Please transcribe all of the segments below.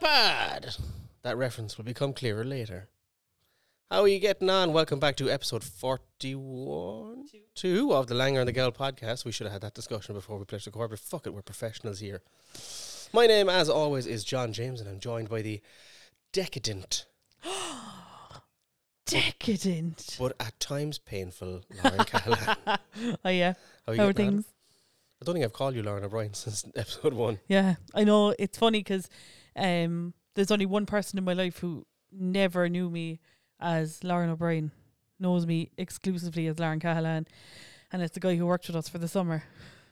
bad. That reference will become clearer later. How are you getting on? Welcome back to episode 41 two. of the Langer and the Gal podcast. We should have had that discussion before we pledged the core, but fuck it, we're professionals here. My name, as always, is John James, and I'm joined by the decadent, Decadent. but at times painful, Lauren Callahan. Oh yeah. How are you getting How are on? things? I don't think I've called you Lauren O'Brien since episode one. Yeah. I know it's funny because um, there's only one person in my life who never knew me as Lauren O'Brien, knows me exclusively as Lauren Callahan, and it's the guy who worked with us for the summer.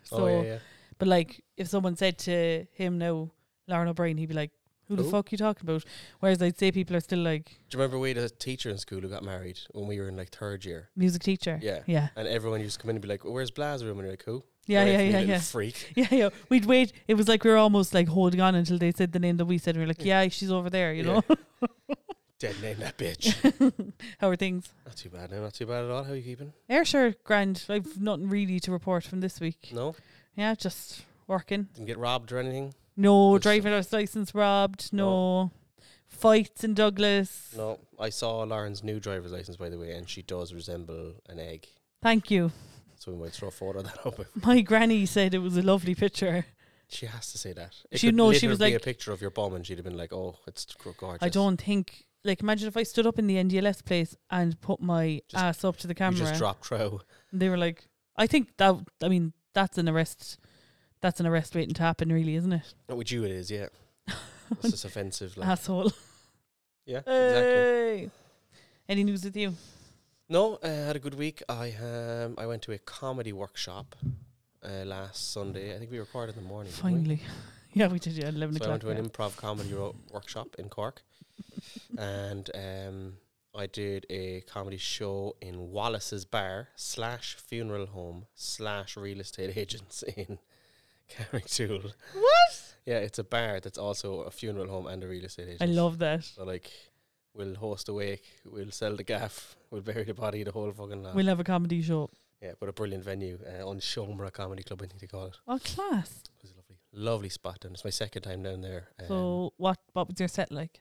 So, oh, yeah, yeah. but like, if someone said to him now, Lauren O'Brien, he'd be like, "Who the Who? fuck you talking about?" Whereas I'd say people are still like Do you remember we had a teacher in school who got married when we were in like third year? music teacher. Yeah. Yeah. And everyone used to come in and be like, "Oh, "Where's Bla's room?" And you're like, "Who?" Yeah, Away yeah, from you, yeah, little yeah. Freak. Yeah, yeah. We'd wait. It was like we were almost like holding on until they said the name that we said. And we were like, yeah, she's over there, you Yeah. know? Dead name that bitch. How are things? not too bad now. Not too bad at all. How are you keeping? Yeah, sure, grand. I've nothing really to report from this week. No, Yeah, just working. didn't get robbed or anything. No Good stuff. driver's license robbed. No. fights in Douglas. No, I saw Lauren's new driver's license by the way, and she does resemble an egg. Thank you. So we might throw a photo of that up. If My granny said it was a lovely picture. she has to say that. It She- could no, she literally was be a like- picture of your bum, and she'd have been like, "Oh, it's g- gorgeous." I don't think. Like, imagine if I stood up in the NDLS place and put my Just- ass up to the camera. You just drop trow. And they were like, I think that, I mean, that's an arrest. That's an arrest waiting to happen, really, isn't it? Not with you, it is. Yeah, it's just offensive. Like, Asshole. yeah, exactly. Hey. Any news with you? No, I had a good week. I um I went to a comedy workshop uh, last Sunday. I think we recorded in the morning. didn't we? Finally. yeah, we did. Yeah, 11 So I o'clock. went to yeah. an improv comedy ro- workshop in Cork, and um, I did a comedy show in Wallace's Bar slash funeral home slash real estate agents in Carricktool. What? Yeah, it's a bar that's also a funeral home and a real estate agent. I love that. So like, we'll host a wake, we'll sell the gaff, we'll bury the body, the whole fucking lot. We'll have a comedy show. yeah, but a brilliant venue uh, on Shomra Comedy Club, I think they call it. Oh, class. It was a lovely, lovely spot, and it's my second time down there. Um, so, what, what was your set like?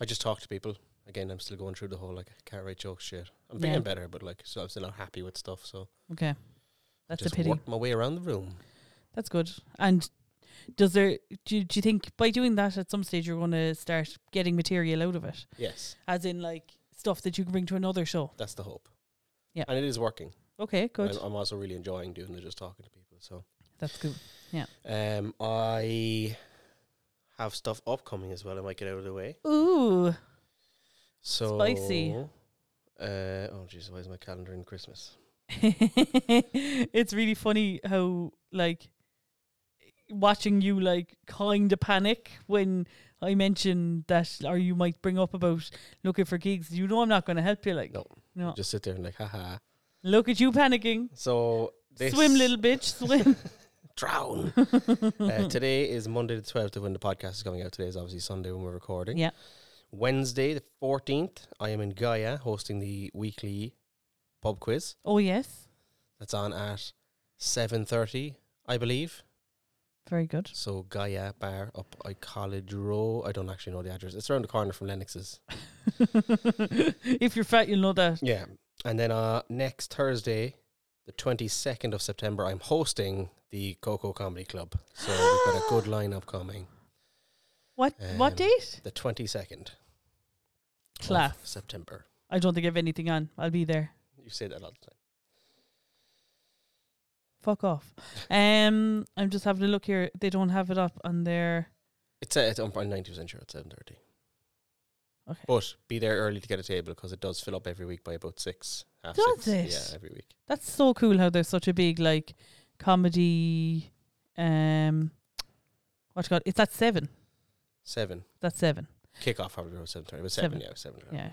I just talk to people. Again, I'm still going through the whole like I can't write jokes shit. I'm Yeah. being better, but like so I'm still not happy with stuff. So Okay. That's just a pity. work my way around the room. That's good. And does there, do, do you think by doing that at some stage you're going to start getting material out of it? Yes, As in, like, stuff that you can bring to another show? that's the hope. Yeah. and it is working. Okay, And good. I'm, I'm also really enjoying doing the just talking to people. So That's good. um, I have stuff upcoming as well. I might get out of the way. Ooh, So Spicy. Uh, oh jeez, why is my calendar in Christmas? it's really funny how like watching you like kind of panic when I mention that, or you might bring up about looking for gigs. You know, I'm not going to help you. Like, No. no. Just sit there and like, haha. Look at you panicking. So this Swim, little bitch, swim. drown. uh, today is Monday the 12th of when the podcast is coming out. Today is obviously Sunday when we're recording. Yeah. Wednesday the 14th, I am in Gaia hosting the weekly pub quiz. oh yes, That's on at 7.30, I believe. very good. So Gaia Bar up at College Row. I don't actually know the address. It's around the corner from Lennox's. if you're fat, you'll know that. Yeah. And then uh, next Thursday, the 22nd of September, I'm hosting the Coco Comedy Club. So we've got a good lineup coming. What? what Um, date? The 22nd. of Class. September. I don't think I have anything on. I'll be there. You say that all the time. Fuck off. Um, I'm just having a look here. They don't have it up on their. It's, uh, it's I'm ninety percent sure it's seven thirty. Okay. But be there early to get a table because it does fill up every week by about six. Half Does six. it? Yeah, every week. That's so cool how there's such a big like comedy um what god it's at seven. Seven That's seven. kickoff probably around seven thirty, but seven, Seven. yeah, seven. Yeah.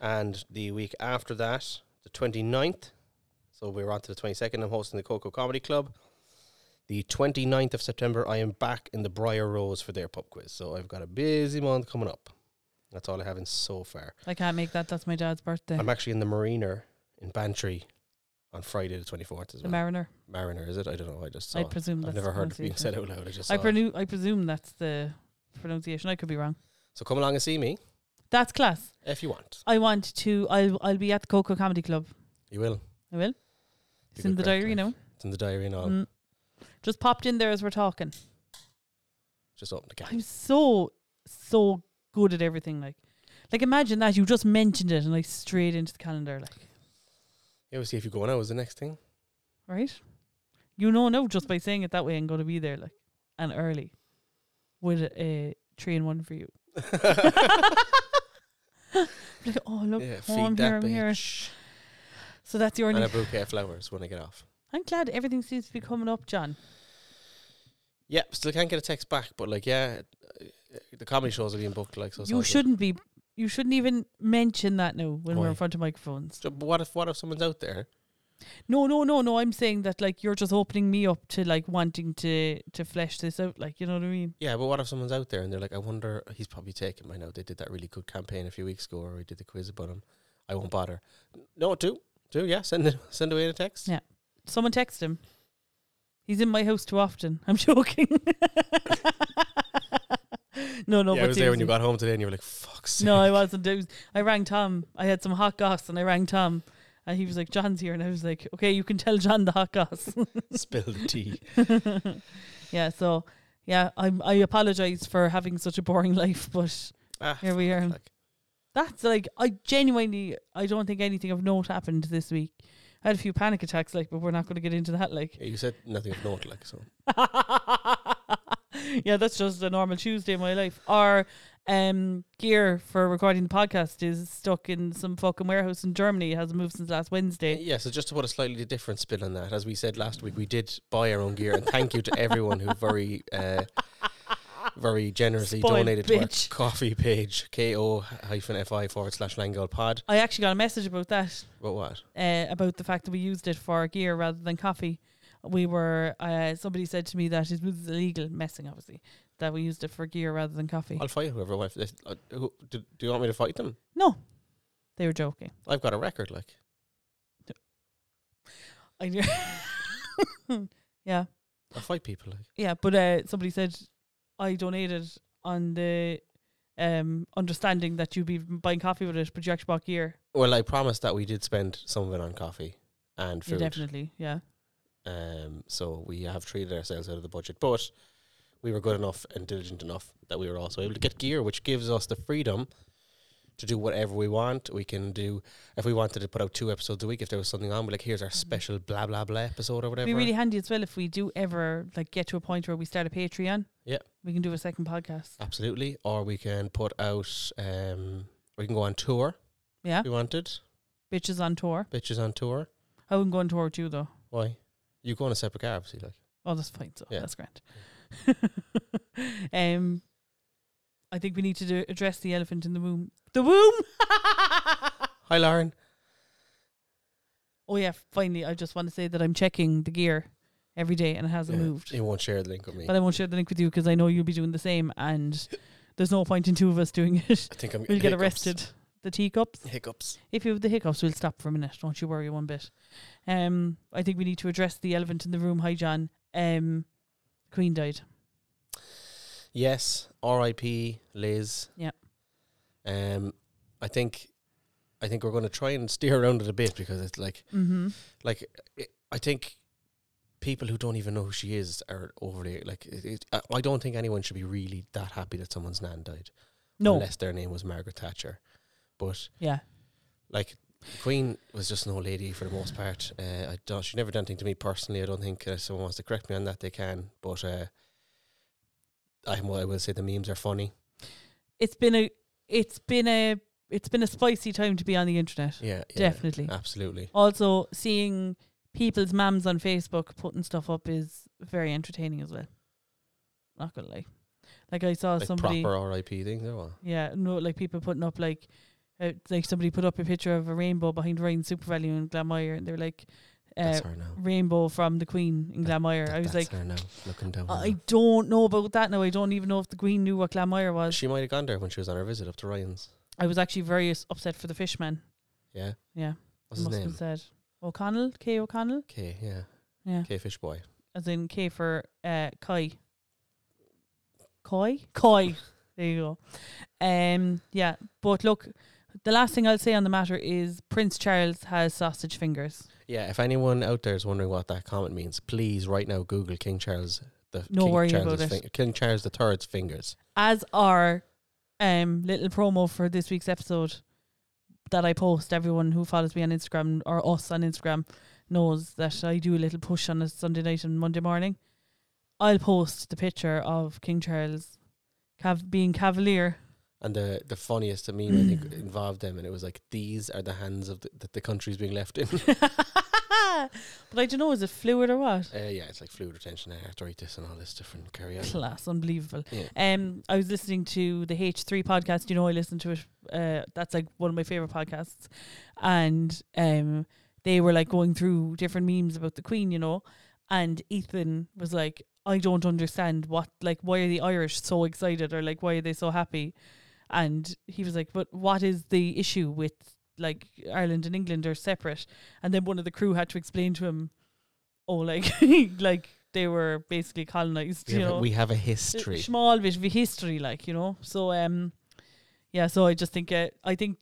And the week after that, the 29th, So we're on to the twenty second. I'm hosting the Coco Comedy Club. The 29th of September, I am back in the Briar Rose for their pub quiz. So I've got a busy month coming up. That's all I have in so far. I can't make that. That's my dad's birthday. I'm actually in the Mariner in Bantry on Friday the 24th as the well. Mariner. Mariner, is it? I don't know. I just saw I it. presume I've that's never the heard it being pronunciation. said out loud. I just saw I it. presume I presume that's the pronunciation. I could be wrong. So come along and see me That's class. if you want. I want to. I'll I'll be at the Coco Comedy Club. You will. I will. It's Be in good the crack, diary like. now. It's in the diary and all. Mm. Just popped in there as we're talking. Just open the can. I'm so so good at everything. Like, like imagine that you just mentioned it and like straight into the calendar. Like, Yeah, we'll see if you go now is the next thing. right? You know now just by saying it that way, I'm gonna be there like and early with a three and one for you. Like, oh look, yeah, oh, I'm feed here, that I'm here. bitch. So that's your And a new. bouquet of flowers when I get off. I'm glad everything seems to be coming up, John. Yeah, still can't get a text back, but like, yeah, uh, uh, the comedy shows are being booked. Like, so it's all You good. shouldn't be. You shouldn't even mention that now when we're Why? in front of microphones. So, but what if what if someone's out there? No, no, no, no. I'm saying that like you're just opening me up to like wanting to to flesh this out. Like you know what I mean? Yeah, but what if someone's out there and they're like, I wonder, he's probably taken by now. They did that really good campaign a few weeks ago, or we did the quiz about him. I won't bother. No, do do yeah, send it, send away the text. Yeah. Someone text him. He's in my house too often. I'm joking. no, no. yeah, but I was there when seriously. you got home today, and you were like, "Fuck's No, sake." I wasn't. I, was, I rang Tom. I had some hot goss, and I rang Tom, and he was like, "John's here," and I was like, "Okay, you can tell John the hot goss." spill the tea. yeah. So, yeah, I'm. I apologize for having such a boring life, but Ah, here we are. like, That's like I genuinely I don't think anything of note happened this week. I had a few panic attacks, like, but we're not going to get into that, like. yeah, you said nothing of note, like so. yeah, that's just a normal Tuesday in my life. Our um, gear for recording the podcast is stuck in some fucking warehouse in Germany. It hasn't moved since last Wednesday. Yeah, so just to put a slightly different spin on that, as we said last week, we did buy our own gear, and thank you to everyone who very, uh, very generously Spoiled donated bitch. to our coffee page, ko hyphen fi forward slash Langold Pod. I actually got a message about that, What what? uh, about the fact that we used it for gear rather than coffee. We were, uh, somebody said to me that it was illegal, messing obviously, that we used it for gear rather than coffee. I'll fight whoever. Wants this. Uh, who, do, do you want me to fight them? No, they were joking. I've got a record, like I knew- yeah, I fight people, like yeah. But uh, somebody said I donated on the um understanding that you'd be buying coffee with it, but you actually bought gear. Well, I promised that we did spend some of it on coffee and Yeah, food. definitely, yeah. Um, so we have treated ourselves out of the budget, but we were good enough and diligent enough that we were also able to get gear, which gives us the freedom to do whatever we want. We can do if we wanted to put out two episodes a week. If there was something on, we're like, here's our special blah blah blah episode or It'd whatever. be Mm-hmm. really handy as well if we do ever like get to a point where we start a Patreon. Yeah. we can do a second podcast. Absolutely, or we can put out. Um, we can go on tour Yeah, if we wanted. bitches on tour. Bitches on tour. I wouldn't go on tour with you though. Why? You go on a separate car, obviously. Like, Oh, that's fine. So Yeah. that's grand. um, I think we need to do, address the elephant in the room. The womb. hi, Lauren. Oh yeah, finally I just want to say that I'm checking the gear every day and it hasn't Yeah, moved. You won't share the link with me. But I won't share the link with you because I know you'll be doing the same and there's no point in two of us doing it. I think I'm. We'll get hiccups. arrested. The teacups. Hiccups. If you have the hiccups, we'll stop for a minute. Don't you worry one bit. Um I think we need to address the elephant in the room. Hi John. Um Queen died. Yes, R.I.P. Liz. Yep. Um, I think, I think we're going to try and steer around it a bit because it's like, Mm-hmm. like i I think people who don't even know who she is are overly like. It, it, I- I don't think anyone should be really that happy that someone's nan died, No. unless their name was Margaret Thatcher. But Yeah. like, the Queen was just an old lady for the most part. Uh, I don't. She never done anything to me personally. I don't think uh, someone wants to correct me on that. They can, but uh, I, will- I will say the memes are funny. It's been a it's been a it's been a spicy time to be on the internet. Yeah, yeah, Definitely. absolutely. Also, seeing people's mums on Facebook putting stuff up is very entertaining as well. Not gonna lie, like I saw Like somebody, proper RIP things, oh or what? yeah, no, like people putting up like, uh, like somebody put up a picture of a rainbow behind Ryan Super Value in Glamire, and they're like, uh, That's her now. rainbow from the Queen in Glamire. That- I was that's like, her now, looking down. on I don't know about that now. I don't even know if the Queen knew what Glamire her. was. She might have gone there when she was on her visit up to Ryan's. I was actually very s- upset for the fishman. Yeah. Yeah, What's his must name? have said O'Connell, K O'Connell, K. Yeah. Yeah. K. Fishboy. as in K for uh, Kai. Coy. Coy. There you go. Um, yeah. But look, the last thing I'll say on the matter is Prince Charles has sausage fingers. Yeah, if anyone out there is wondering what that comment means, please right now Google King Charles the No King worry Charles's about it. fing- King Charles the Third's fingers. As our um little promo for this week's episode that I post, everyone who follows me on Instagram or us on Instagram knows that I do a little push on a Sunday night and Monday morning. I'll post the picture of King Charles cav- being cavalier. And the the funniest to me I think involved them, and it was like these are the hands of the, that the country's being left in. but I don't know, is it fluid or what? Uh, yeah, it's like fluid retention and arthritis and all this different carry on. Class, unbelievable. Yeah. Um, I was listening to the H three podcast. You know, I listen to it. Uh, that's like one of my favorite podcasts, and um, they were like going through different memes about the Queen. You know, and Ethan was like, "I don't understand what like why are the Irish so excited or like why are they so happy?" And he was like, "But what is the issue with like Ireland and England are separate?" And then one of the crew had to explain to him, "Oh, like like." They were basically colonized, We you have, know a, we have a a history. Small bit of history, like you know. So um, yeah. So I just think uh, I think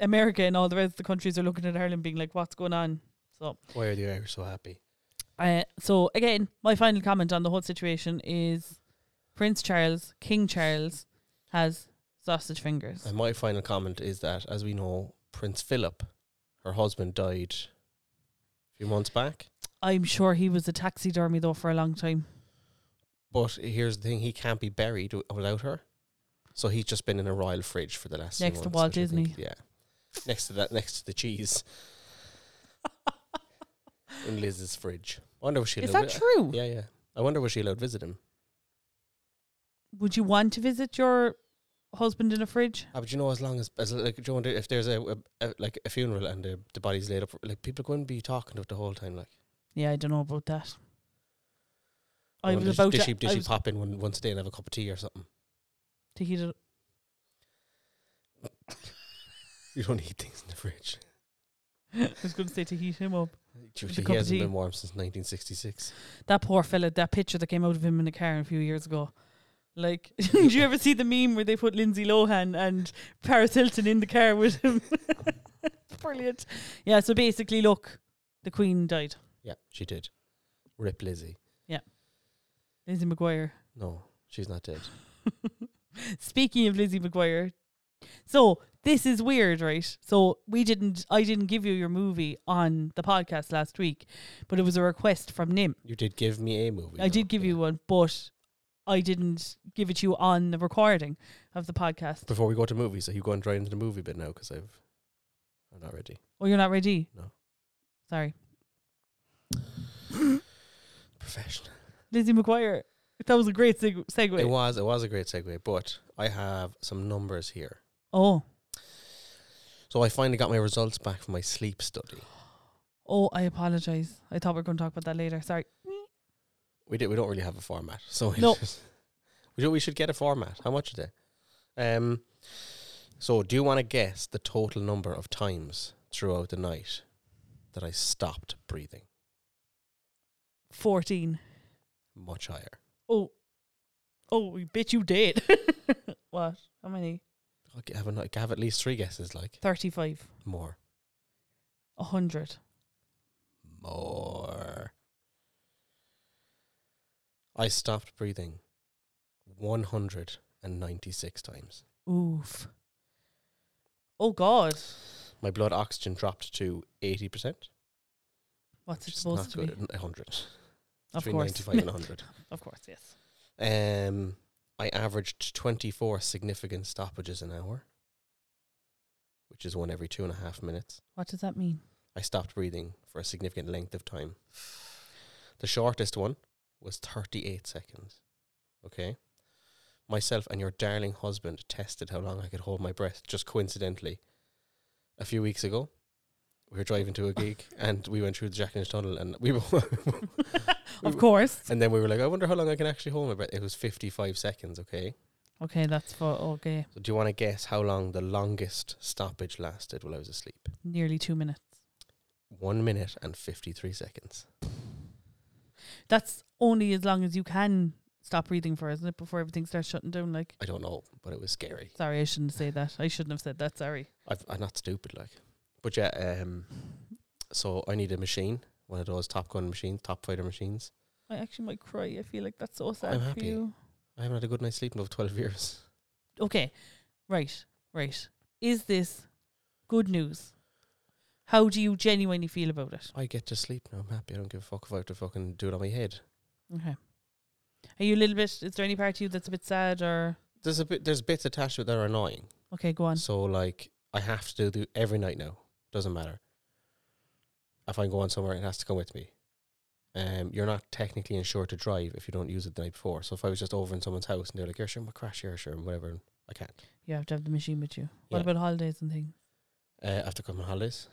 America and all the rest of the countries are looking at Ireland, being like, "What's going on?" So Why are the Irish so happy? uh, so again, my final comment on the whole situation is Prince Charles, King Charles, has sausage fingers. And my final comment is that, as we know, Prince Philip, her husband, died a few months back. I'm sure he was a taxidermy though for a long time. But here's the thing: he can't be buried wi- without her. So he's just been in a royal fridge for the last few Next to months, Walt which I think- Disney. Yeah, next to that, next to the cheese in Liz's fridge. I wonder was she Is allowed that wi- true? Yeah, yeah. I wonder was she allowed to visit him. Would you want to visit your husband in a fridge? Ah, but you know, as long as as like Joe, if there's a, a, a like a funeral and the, the body's laid up, like people couldn't be talking to it the whole time. Like, Yeah, I don't know about that. I wonder was did- about did to, she, did I she was pop in one, once a day and have a cup of tea or something? to heat it You don't eat things in the fridge. I was going to say to heat him up. He a cup of hasn't tea. been warm since 1966. That poor fella, that picture that came out of him in the car a few years ago. Like, did you ever see the meme where they put Lindsay Lohan and Paris Hilton in the car with him? Brilliant. Yeah, so basically, look, the Queen died. Yeah, she did. Rip Lizzie. Lizzie McGuire. No, she's not dead. Speaking of Lizzie McGuire, so this is weird, right? So we didn't, I didn't give you your movie on the podcast last week, but it was a request from Nim. You did give me a movie. I though. did give Yeah. you one, but I didn't give it to you on the recording of the podcast. Before we go to movies, are you going right into the movie bit now? Because I've, I'm not ready. Oh, you're not ready? No. Sorry. Professional. Lizzie McGuire. That was a great seg- segue. It was it was a great segue, but I have some numbers here. oh, So I finally got my results back from my sleep study. oh, I apologize. I thought we were going to talk about that later. Sorry. We did. We don't really have a format, so No. we should, we should get a format. How much is it? Um. So, do you want to guess the total number of times throughout the night that I stopped breathing? 14. Much higher. Oh, oh, we bet you did. what? How many? I have, a, I have at least three guesses. Like 35. more, 100. more. I stopped breathing one hundred and ninety-six times. Oof. Oh, God. My blood oxygen dropped to eighty percent. What's it supposed to be? hundred. Of Between course. ninety-five and hundred. of course, yes. Um, I averaged 24 significant stoppages an hour, which is one every two and a half minutes. What does that mean? I stopped breathing for a significant length of time. The shortest one was 38 seconds. Okay. Myself and your darling husband tested how long I could hold my breath just coincidentally a few weeks ago. We were driving to a gig and we went through the Jack Lynch tunnel and we were Of course. And then we were like, I wonder how long I can actually hold my breath. It was 55 seconds, okay? Okay, that's for, okay, So do you want to guess how long the longest stoppage lasted while I was asleep? nearly two minutes. One minute and 53 seconds. That's only as long as you can stop breathing for, isn't it? Before everything starts shutting down. Like, I don't know, but it was scary. sorry, I shouldn't say that. I shouldn't have said that. Sorry. I've, I'm not stupid, like. But yeah, um, so I need a machine, one of those Top Gun machines, Top Fighter machines. I actually might cry. I feel like that's so sad for happy. you. I haven't had a good night's sleep in over 12 years. Okay, right, right. Is this good news? How do you genuinely feel about it? I get to sleep now. I'm happy. I don't give a fuck if I have to fucking do it on my head. Okay. Are you a little bit? Is there any part of you that's a bit sad or? There's a bit. There's bits attached to it that are annoying. Okay, go on. So like, I have to do every night now. Doesn't matter. If I'm going somewhere, it has to come with me. Um, you're not technically insured to drive if you don't use it the night before. So if I was just over in someone's house and they're like, "Yeah, sure, I'm gonna crash here, sure, and whatever," and I can't. You have to have the machine with you. What Yeah. about holidays and things? Uh, I have to come on holidays.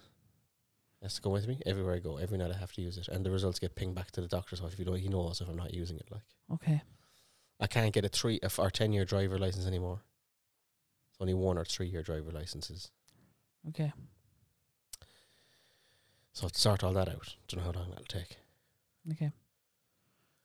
It has to come with me everywhere I go. Every night I have to use it, and the results get pinged back to the doctor's office. If you know, he knows if I'm not using it. Like. Okay. I can't get a three a f- or ten year driver license anymore. It's only one or three year driver licenses. Okay. So I have to sort all that out. Don't know how long that'll take. Okay.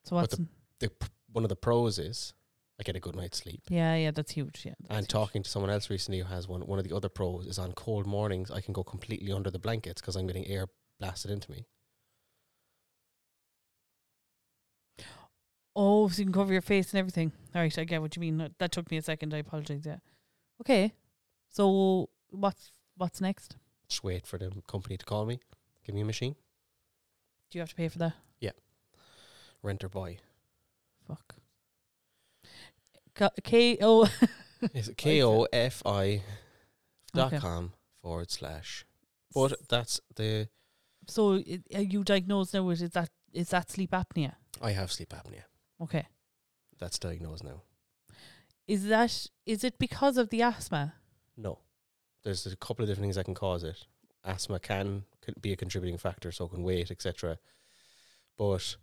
So But what's the- The, p- one of the pros is I get a good night's sleep. yeah, yeah, that's huge. Yeah. that's And huge. talking to someone else recently who has one, one of the other pros is on cold mornings I can go completely under the blankets because I'm getting air blasted into me. Oh, so you can cover your face and everything. All right, I get what you mean. That- That took me a second. I apologize. Yeah. Okay. So what's what's next? Just wait for the company to call me, give me a machine, Do you have to pay for that? rent or buy. Fuck. K, K- oh Is it K O F I dot com forward slash. But that's the so it, are you diagnosed now with is that is that sleep apnea? I have sleep apnea. Okay. That's diagnosed now. Is that is it because of the asthma? No. There's a couple of different things that can cause it. Asthma can, can be a contributing factor, so can weight, etc. But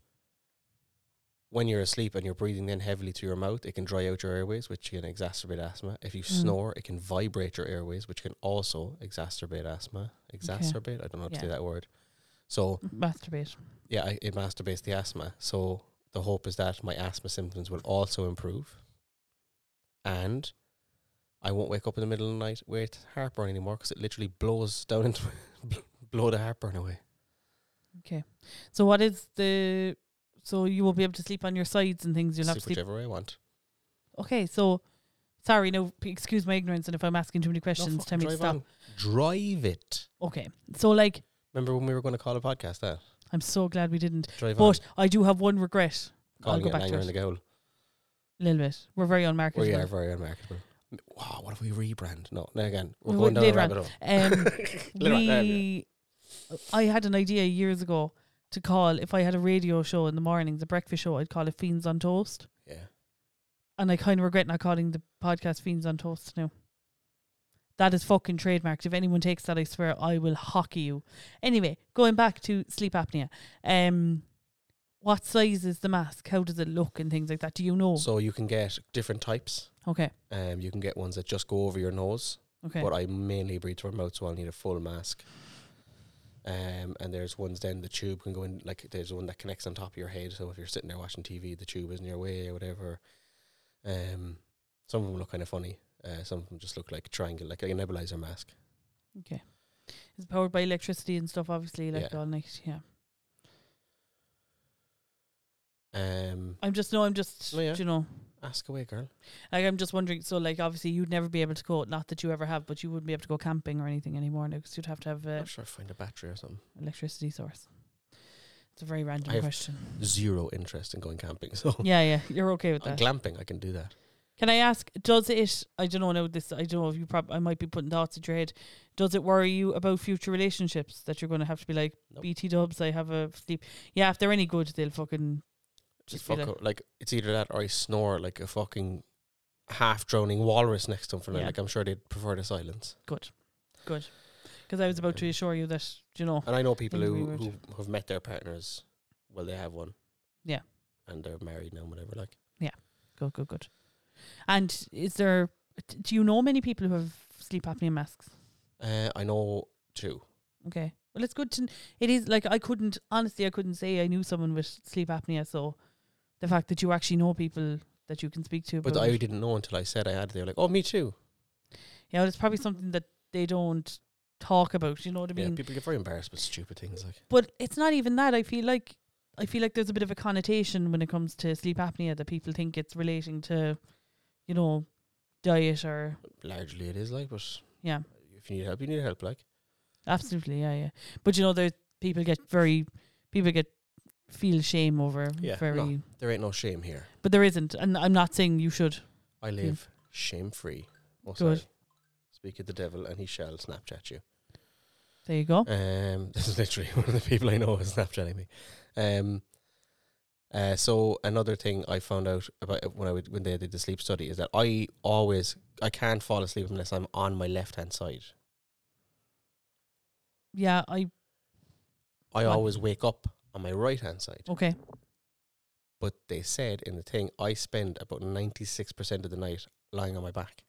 when you're asleep and you're breathing in heavily through your mouth, it can dry out your airways, which can exacerbate asthma. If you Mm. snore, it can vibrate your airways, which can also exacerbate asthma. Exacerbate? I don't know how to say Yeah. that word. So, Masturbate. yeah, I- it masturbates the asthma. So, the hope is that my asthma symptoms will also improve. And I won't wake up in the middle of the night with heartburn anymore because it literally blows down into my, blow the heartburn away. So what is the so you won't be able to sleep on your sides and things. You'll have Sleep to sleep. whichever way I want. Okay, so sorry, no, p- excuse my ignorance, and if I'm asking too many No, questions, fucking tell me drive to stop. on. Drive it. Okay, so like Remember when we were going to call a podcast that? I'm so glad we didn't, Drive but I do have one regret. on. I'll Calling go it back Langer to and the it Goal. a little bit. We're very unmarketable. We are very unmarketable. M- Wow, what if we rebrand? No, no again, we're We going went down a later on. rabbit hole. Um, Later on, there we go. we, I had an idea years ago to call if I had a radio show in the mornings, a breakfast show, I'd call it Fiends on Toast, Yeah. and I kind of regret not calling the podcast Fiends on Toast now. That is fucking trademarked. If anyone takes that, I swear I will hockey you. Anyway, going back to sleep apnea, um, what size is the mask? How does it look and things like that? Do you know? So you can get different types. okay, Um, you can get ones that just go over your nose, okay, but I mainly breathe through my mouth, so I'll need a full mask. Um, and there's ones then the tube can go in, like there's one that connects on top of your head. So if you're sitting there watching TV, the tube is in your way or whatever. Um, some of them look kind of funny. Uh, some of them just look like a triangle, like a nebulizer mask. okay. It's powered by electricity and stuff, obviously, like Yeah. all night. Yeah, Um, I'm just no, I'm just, No, yeah. you know. ask away, girl. Like I'm just wondering, so like obviously you'd never be able to go, not that you ever have, but you wouldn't be able to go camping or anything anymore now because you'd have to have uh, I'm sure I find a battery or something. electricity source. It's a very random I've- question. Zero interest in going camping, so yeah, yeah, you're okay with I'm that. glamping. I can do that. Can I ask? Does it? I don't know. Now this, I don't know if you probably. I might be putting thoughts in your head. Does it worry you about future relationships that you're going to have to be like Nope. BT Dubs? I have a sleep. Yeah, if they're any good, they'll fucking Just Just be fuck up. Like it's either that or I snore like a fucking half drowning walrus next to them for Yeah. yeah. like I'm sure they'd prefer the silence. good, good. Because I was about to assure you that you know. And I know people Things who, we would- who have met their partners well they have one. Yeah. And they're married now, whatever, like Good, good, good. And is there? d- Do you know many people who have sleep apnea masks? uh, I know two. Okay. Well, it's good to. kn- It is like I couldn't honestly. I couldn't say I knew someone with sleep apnea, so the fact that you actually know people that you can speak to. But about I it. didn't know until I said I had. They were like, "Oh, me too." you know, it's probably something that they don't talk about. You know what I mean? yeah, people get very embarrassed with stupid things like. but it's not even that. I feel like I feel like there's a bit of a connotation when it comes to sleep apnea that people think it's relating to, you know, diet or Largely, it is like, but yeah, if you need help, you need help. Like, absolutely, yeah, yeah. But you know, there people get very people get feel shame over Yeah, no. very, there ain't no shame here. but there isn't, and I'm not saying you should. I live shame free. Must Hmm. Good. I? Speak of the devil, and he shall Snapchat you. There you go. Um, this is literally one of the people I know is Snapchatting me. Um, uh, so another thing I found out about when I would, when they did the sleep study is that I always I can't fall asleep unless I'm on my left hand side. Yeah, I I Right. always wake up on my right hand side. okay. But they said in the thing I spend about ninety six percent of the night lying on my back.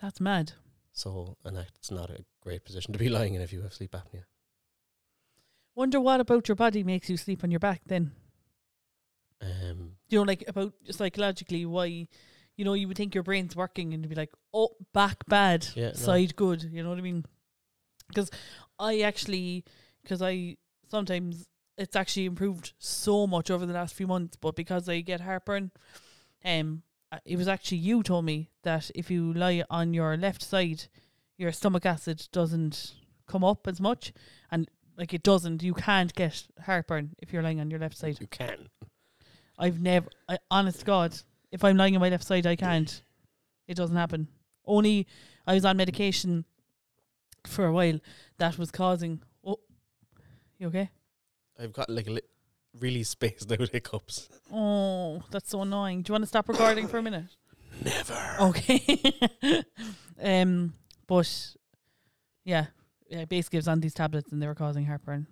That's mad. So and that's not a great position to be lying in if you have sleep apnea. Wonder what about your body makes you sleep on your back then. Um, you know, like about psychologically why, you know, you would think your brain's working and you'd be like, oh, back bad, Yeah, no. side good. You know what I mean? Because I actually, because I sometimes it's actually improved so much over the last few months, but because I get heartburn, um, uh, it was actually you told me that if you lie on your left side, your stomach acid doesn't come up as much, and like it doesn't, you can't get heartburn if you're lying on your left side. you can. I've never, I, honest to God, if I'm lying on my left side, I can't. It doesn't happen. Only I was on medication for a while that was causing. Oh, you okay? I've got like li- really spaced out hiccups. Oh, that's so annoying. Do you want to stop recording for a minute? Never. Okay. um, but yeah, yeah, basically, I was on these tablets and they were causing heartburn.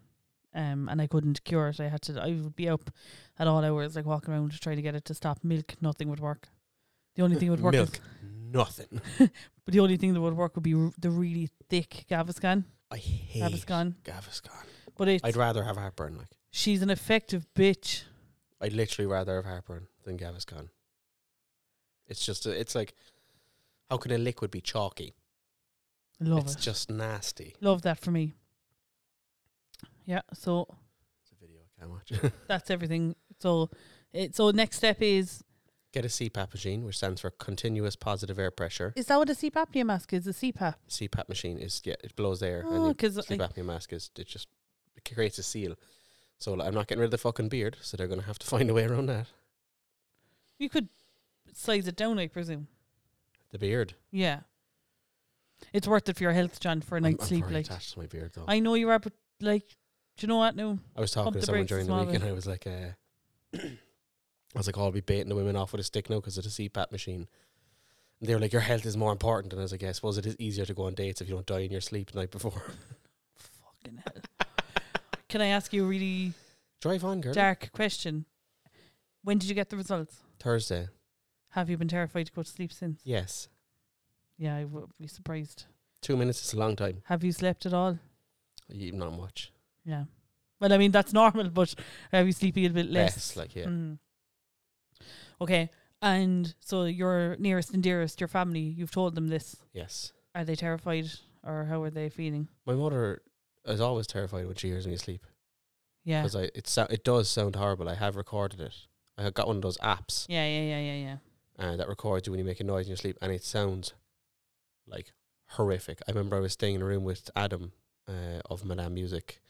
Um, and I couldn't cure it. I had to. I would be up at all hours, like walking around trying to get it to stop. Milk, nothing would work. The only thing that would work is Milk, nothing. But the only thing that would work would be r- the really thick Gaviscon. I hate Gaviscon. Gaviscon. But it's, I'd rather have heartburn. Like she's an effective bitch. I'd literally rather have heartburn than Gaviscon. It's just it's like how can a liquid be chalky? Love it's it. just nasty. Love that for me. Yeah, so It's a video I can't watch. that's everything. So it, so next step is Get a CPAP machine, which stands for continuous positive air pressure. is that what a sleep apnea mask is? A CPAP. CPAP machine is yeah, it blows air, Oh, and 'cause the sleep I- apnea mask is it just it creates a seal. So like, I'm not getting rid of the fucking beard, so they're gonna have to find a way around that. You could size it down, I presume. The beard. Yeah. It's worth it for your health, John, for a I'm- night's I'm sleep. very Like attached to my beard though. I know you are, but like, do you know what? No, I was talking Pump to the someone brakes during as the well, week, and I was like, uh, I was like, oh, I'll be baiting the women off with a stick now because of the CPAP machine. And they were like, your health is more important. And I was like, yeah, I suppose it is easier to go on dates if you don't die in your sleep the night before. fucking hell. Can I ask you a really Drive on, girl. dark question? When did you get the results? Thursday. Have you been terrified to go to sleep since? Yes. Yeah, I would be surprised. Two minutes is a long time. Have you slept at all? You, not much. Yeah. Well, I mean that's normal, but are you sleeping a bit less? Less. like, yeah. Mm. Okay. And so your nearest and dearest, your family, you've told them this. Yes. Are they terrified or how are they feeling? My mother is always terrified when she hears me sleep Yeah. because I it, so, it does sound horrible. I have recorded it. I have got one of those apps Yeah, yeah, yeah, yeah, yeah. uh, that records you when you make a noise in your sleep, and it sounds like horrific. I remember I was staying in a room with Adam uh, of Madame Music,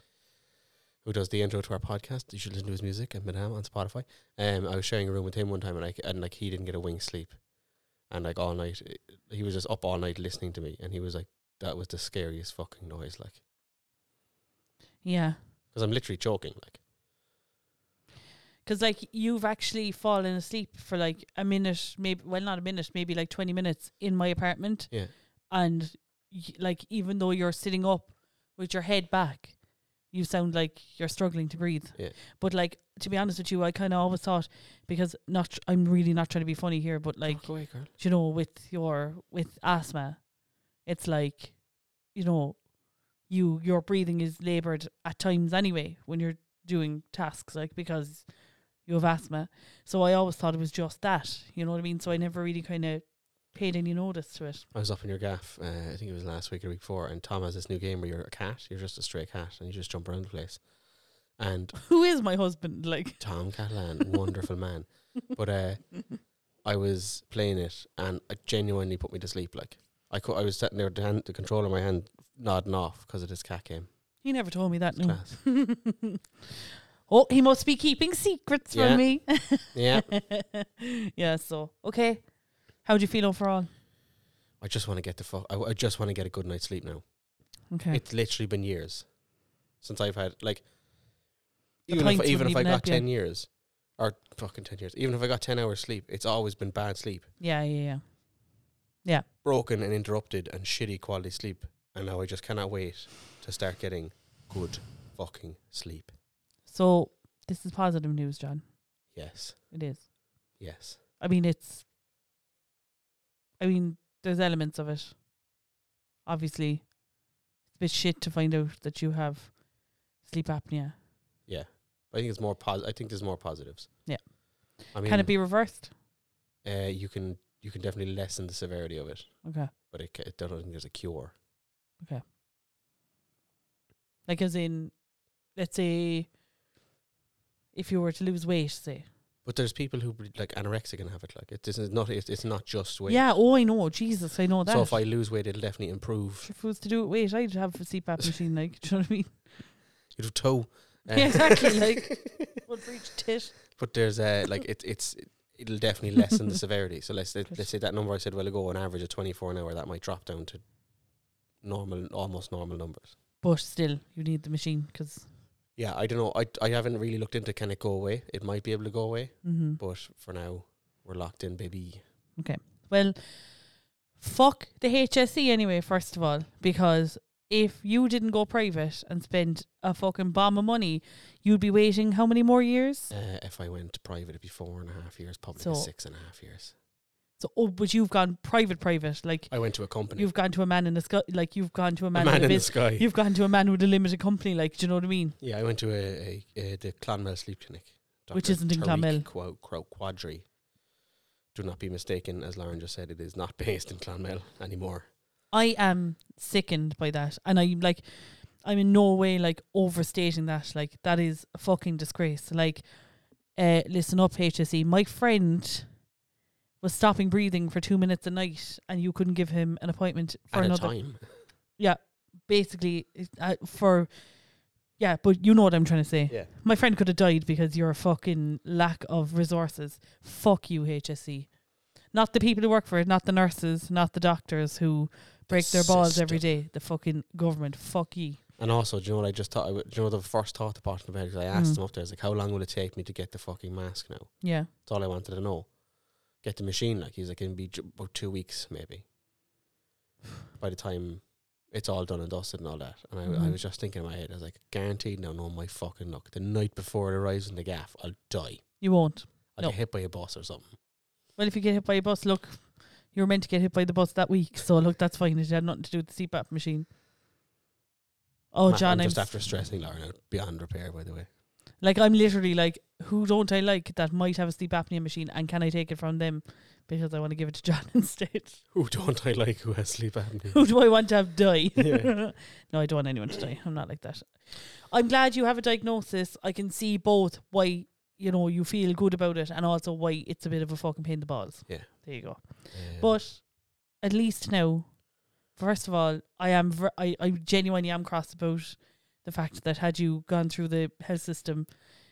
who does the intro to our podcast. You should listen to his music and Madame on Spotify. Um, I was sharing a room with him one time, and I c- and like he didn't get a wing's sleep, and like all night i- he was just up all night listening to me, and he was like, "That was the scariest fucking noise," like Yeah. because I'm literally choking, like. Because, like, you've actually fallen asleep for like a minute, maybe, well, not a minute, maybe like 20 minutes in my apartment. Yeah. And, y- like, even though you're sitting up with your head back, you sound like you're struggling to breathe. Yeah. But, like, to be honest with you, I kind of always thought, because not, tr- I'm really not trying to be funny here, but, like, Fuck away, girl. you know, with your, with asthma, it's like, you know, you, your breathing is labored at times anyway when you're doing tasks, like, because you have asthma. So I always thought it was just that. You know what I mean? So I never really kind of paid any notice to it. I was up in your gaff, uh, I think it was last week or the week before, and Tom has this new game where you're a cat, you're just a stray cat, and you just jump around the place. And Who is my husband? Like, Tom Catalan, wonderful man. But uh, I was playing it, and it genuinely put me to sleep. Like I, cou- I was sitting there, with the, hand, the controller in my hand, nodding off because of this cat game. he never told me that. It's No. class. oh, he must be keeping secrets Yeah. from me. Yeah, yeah. So okay, how do you feel overall? I just want to get the fuck. I, I just want to get a good night's sleep now. Okay. It's literally been years since I've had like The even if pints even wouldn't if I even got help you. ten years or fucking ten years, even if I got ten hours sleep, it's always been bad sleep, yeah, yeah, yeah. broken and interrupted and shitty quality sleep. And now I just cannot wait to start getting good fucking sleep. So this is positive news, John. Yes, It is. yes. I mean, it's. I mean, there's elements of it. Obviously, it's a bit shit to find out that you have sleep apnea. I think it's more pos- I think there's more positives. Yeah. I mean, Can it be reversed? Uh, you can you can definitely lessen the severity of it, Okay. but it, ca- I don't think there's a cure. Like, as in, let's say, if you were to lose weight, say. But there's people who be, like anorexia can have it. Like it isn't not it's, it's not just weight. Yeah. Oh, I know. Jesus, I know that. So if I lose weight, it'll definitely improve. Sure, if it was to do it, wait, I'd have a CPAP machine, like, do you know what I mean? You do toe. uh, Yeah, exactly, One for each tit. but there's uh, like it, it's it'll definitely lessen the severity. So let's Good. let's say that number I said a while ago, an average of 24 an hour, that might drop down to normal, almost normal numbers. But still, you need the machine 'cause Yeah, I don't know. I I haven't really looked into can it go away. It might be able to go away. hmm But for now, we're locked in, baby. Well, fuck the HSE anyway, first of all, because if you didn't go private and spend a fucking bomb of money, you'd be waiting how many more years? Uh, if I went private, it'd be four and a half years, public So- is six and a half years. So, oh, but you've gone private, private. Like, I went to a company. you've gone to a man in the sky, like, you've gone to a a man, man in in a the business. sky. You've gone to a man with a limited company, like, do you know what I mean? yeah, I went to a, a, a the Clonmel Sleep Clinic, Which Dr. isn't in Tariq Clonmel. Qua- Qua- Quadri. Do not be mistaken, as Lauren just said, it is not based in Clonmel anymore. I am sickened by that, and I'm like, I'm in no way like overstating that. Like that is a fucking disgrace. Like, uh, listen up, HSE. My friend was stopping breathing for two minutes a night, and you couldn't give him an appointment for At a another. time, Basically, it- uh, for yeah, but you know what I'm trying to say. yeah, My friend could have died because you're a fucking lack of resources. Fuck you, HSE. Not the people who work for it, not the nurses, not the doctors who break their balls every day. The fucking government. Fuck ye. And also, do you know what I just thought? I would, do you know the first thought that popped in my head? 'Cause I asked Mm. them up there, I was like, "How long will it take me to get the fucking mask now?" Yeah. That's all I wanted to know. Get the machine. Like he's like, it'll be j- about two weeks maybe. By the time it's all done and dusted and all that, and I, I Mhm. was just thinking in my head, I was like, guaranteed now, no my fucking luck. The night before it arrives in the gaff, I'll die. You won't. I'll No. get hit by a bus or something. Well, if you get hit by a bus, look, you were meant to get hit by the bus that week. So, look, that's fine. It had nothing to do with the CPAP machine. Oh, Ma- John, I'm I'm just after stressing Lauren out beyond repair. By the way, Like I'm literally like, who don't I like that might have a sleep apnea machine, and can I take it from them because I want to give it to John instead? who don't I like who has sleep Who apnea? Um, do I want to have die? Yeah. no, I don't want anyone to die. I'm not like that. I'm glad you have a diagnosis. I can see both why you know you feel good about it, and also why it's a bit of a fucking pain in the balls. Yeah. there you go. Um, But at least now, first of all, I am ver- I, I genuinely am cross about the fact that had you gone through the health system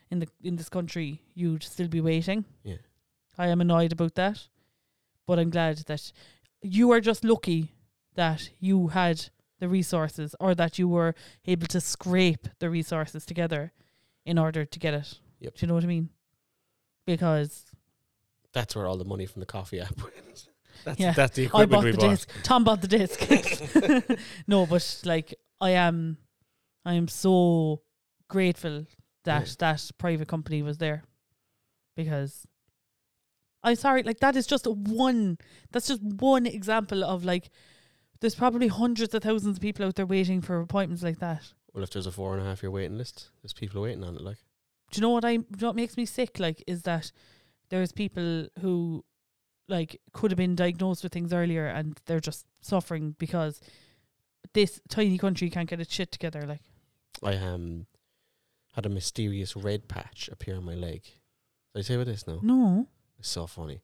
in the in this country, you'd still be waiting. Yeah. I am annoyed about that, but I'm glad that you are just lucky that you had the resources or that you were able to scrape the resources together in order to get it. Yep. Do you know what I mean? Because that's where all the money from the coffee app went. That's Yeah. that's the I equipment bought we the bought. disc. Tom bought the disc. no, but like I am, I am so grateful that Yeah. that private company was there, because I'm sorry, like that is just one. That's just one example of like. There's probably hundreds of thousands of people out there waiting for appointments like that. Well, if there's a four and a half year waiting list, there's people waiting on it. Like do you know what I? do you know What makes me sick? Like, is that there's people who like could have been diagnosed with things earlier, and they're just suffering because this tiny country can't get its shit together. Like, I um had a mysterious red patch appear on my leg. Did I tell you about this now? no, It's so funny.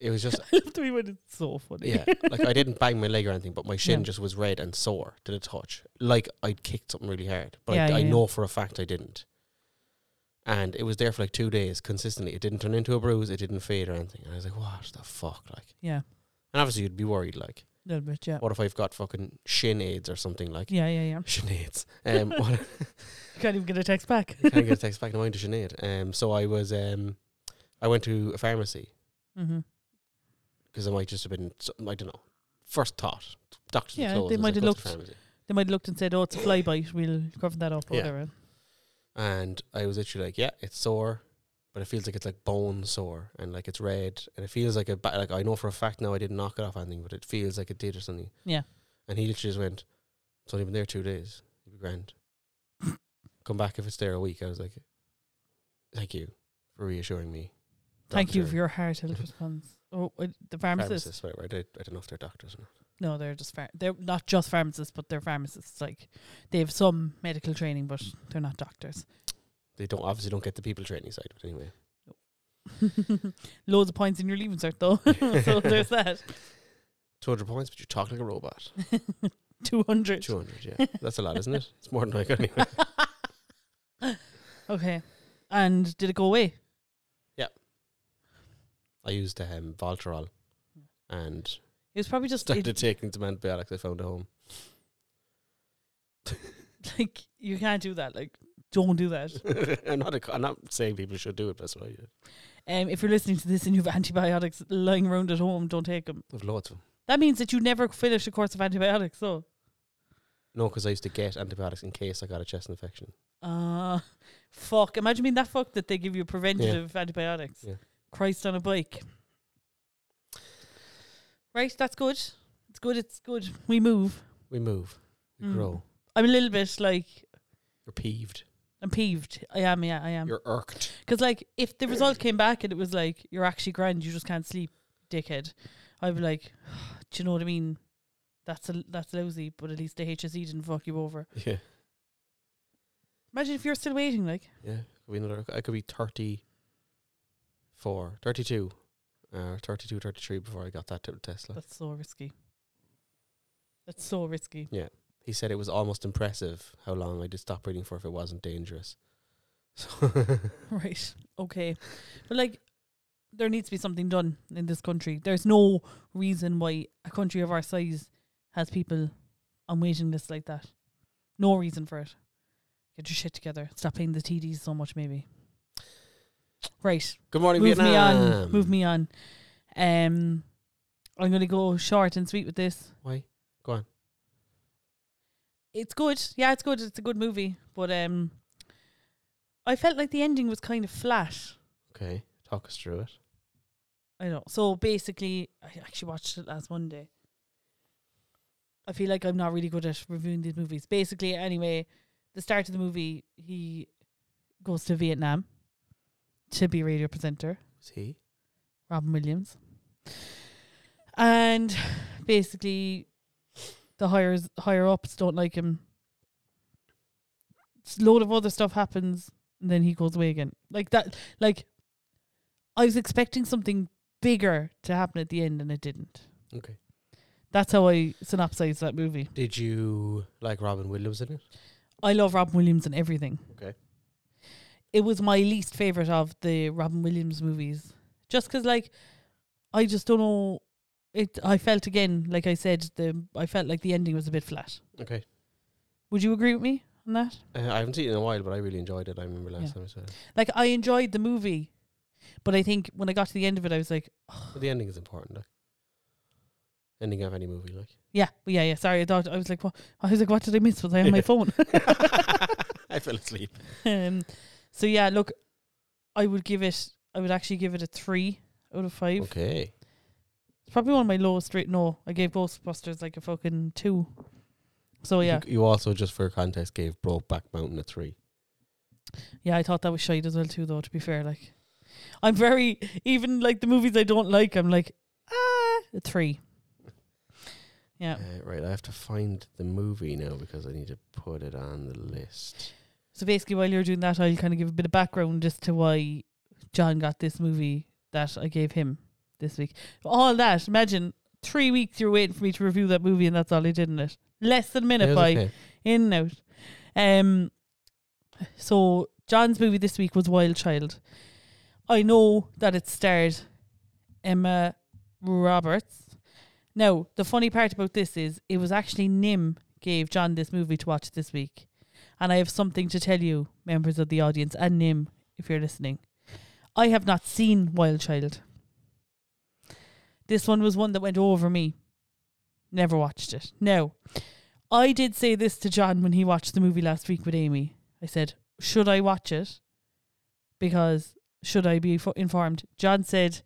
It was just I love the way when it's so funny. yeah, like I didn't bang my leg or anything, but my shin Yeah. just was red and sore to the touch, like I'd kicked something really hard. But I, Yeah, I yeah, yeah. know for a fact I didn't. And it was there for like two days consistently. It didn't turn into a bruise. It didn't fade or anything. And I was like, "What the fuck?" Like, yeah, and obviously you'd be worried. Like, little bit. Yeah, what if I've got fucking shin aids or something? Like, yeah, yeah, yeah. shin aids. Um, what, Can't even get a text back. can I get a text back to mind to Sinead? Um, so I was, um, I went to a pharmacy mm-hmm. because I might just have been, something, I don't know, first thought. Doctors Yeah, yeah, closed. they I was might like, "Go have to looked- pharmacy." They might have looked and said, "Oh, it's a fly bite. We'll cover that up." Or Yeah. whatever. And I was literally like, yeah, it's sore, but it feels like it's like bone sore and like it's red and it feels like a ba- like I know for a fact now I didn't knock it off anything, but it feels like it did or something. Yeah. And he literally just went, it's only been there two days. It'll be grand. Come back if it's there a week. I was like, thank you for reassuring me. Thank you Doctor. for your heartfelt response. Oh, uh, the pharmacist. pharmacists, whatever. I, don't- I don't know if they're doctors or not. No, they're just phar- they're not just pharmacists, but they're pharmacists. Like they have some medical training, but they're not doctors. They don't obviously don't get the people training side, but anyway. Loads of points in your leaving cert though. so there's that. Two hundred points, but you talk like a robot. Two hundred. Two hundred, yeah. That's a lot, isn't it? It's more than I got anyway. okay. And did it go away? I used um Voltarol and It was probably just started it, taking some antibiotics I found at home. like you can't do that. Like don't do that. I'm not a, I'm not saying people should do it, but that's what I did. Um, if you're listening to this and you have antibiotics lying around at home, don't take them. I've loads of them. That means that you never finish a course of antibiotics. So, No, because I used to get antibiotics in case I got a chest infection. uh fuck. Imagine being that fucked that they give you preventative antibiotics. Yeah. Christ on a bike. Right, that's good. It's good. It's good. We move. We move, we Mm. grow. I'm a little bit like You're peeved. I'm peeved. I am. Yeah, I am. You're irked. Because like, if the result came back and it was like you're actually grand, you just can't sleep, dickhead. I'd be like, do you know what I mean? That's a that's lousy, but at least the HSE didn't fuck you over. Yeah, Imagine if you're still waiting, like yeah. Could be another. I could be 34, 32, uh, 32, 33 before I got that t- test. Like. that's so risky. That's so risky. He said it was almost impressive how long I did stop breathing for if it wasn't dangerous. So Right. Okay. But like there needs to be something done in this country. There's no reason why a country of our size has people on waiting lists like that. No reason for it. Get your shit together. Stop paying the TDs so much maybe. Right. good morning, Move me Vietnam. on. Move me on. Um I'm gonna go short and sweet with this. Why? Go on. It's good. Yeah, it's good. It's a good movie. But um I felt like the ending was kind of flat. Okay, talk us through it. I know. So basically, I actually watched it last Monday. I feel like I'm not really good at reviewing these movies. Basically, anyway, the start of the movie, he goes to Vietnam to be a radio presenter, Was he? Robin Williams. And basically, the higher higher ups don't like him. It's load of other stuff happens, and then he goes away again. Like that, like I was expecting something bigger to happen at the end, and it didn't. Okay. That's how I synopsize that movie. Did you like Robin Williams in it? I love Robin Williams and everything. Okay. It was my least favorite of the Robin Williams movies, just 'cause like I just don't know. It I felt again, like I said, the I felt like the ending was a bit flat. Okay. Would you agree with me on that? Uh, I haven't seen it in a while, but I really enjoyed it. I remember last Yeah. time I saw it. Like I enjoyed the movie, but I think when I got to the end of it, I was like, But the ending is important, like. Ending of any movie, like. yeah, yeah, yeah. Sorry, I thought I was like, what? I was like, what did I miss? Was I on my phone? I fell asleep. Um, so yeah, look, I would give it. I would actually give it a three out of five. Okay. It's probably one of my lowest rate. No, I gave Ghostbusters like a fucking two. So Oh, yeah, You, you also, just for context, gave Brokeback Mountain a three. Yeah, I thought that was shite as well too. Though to be fair, like I'm very even like the movies I don't like. I'm like ah a three. Yeah, Uh, right, I have to find the movie now because I need to put it on the list. So basically, while you're doing that, I'll kind of give a bit of background as to why John got this movie that I gave him this week. All that, imagine three weeks you're waiting for me to review that movie, and that's all I did in it. Less than a It minute was by okay. in and out. Um, so John's movie this week was Wild Child. I know that it starred Emma Roberts. Now, the funny part about this is it was actually Nim gave John this movie to watch this week. And I have something to tell you, members of the audience, and Nim, if you're listening. I have not seen Wild Child. This one was one that went over me. Never watched it. Now, I did say this to John when he watched the movie last week with Amy. I said, "Should I watch it? Because should I be fo- informed?" John said,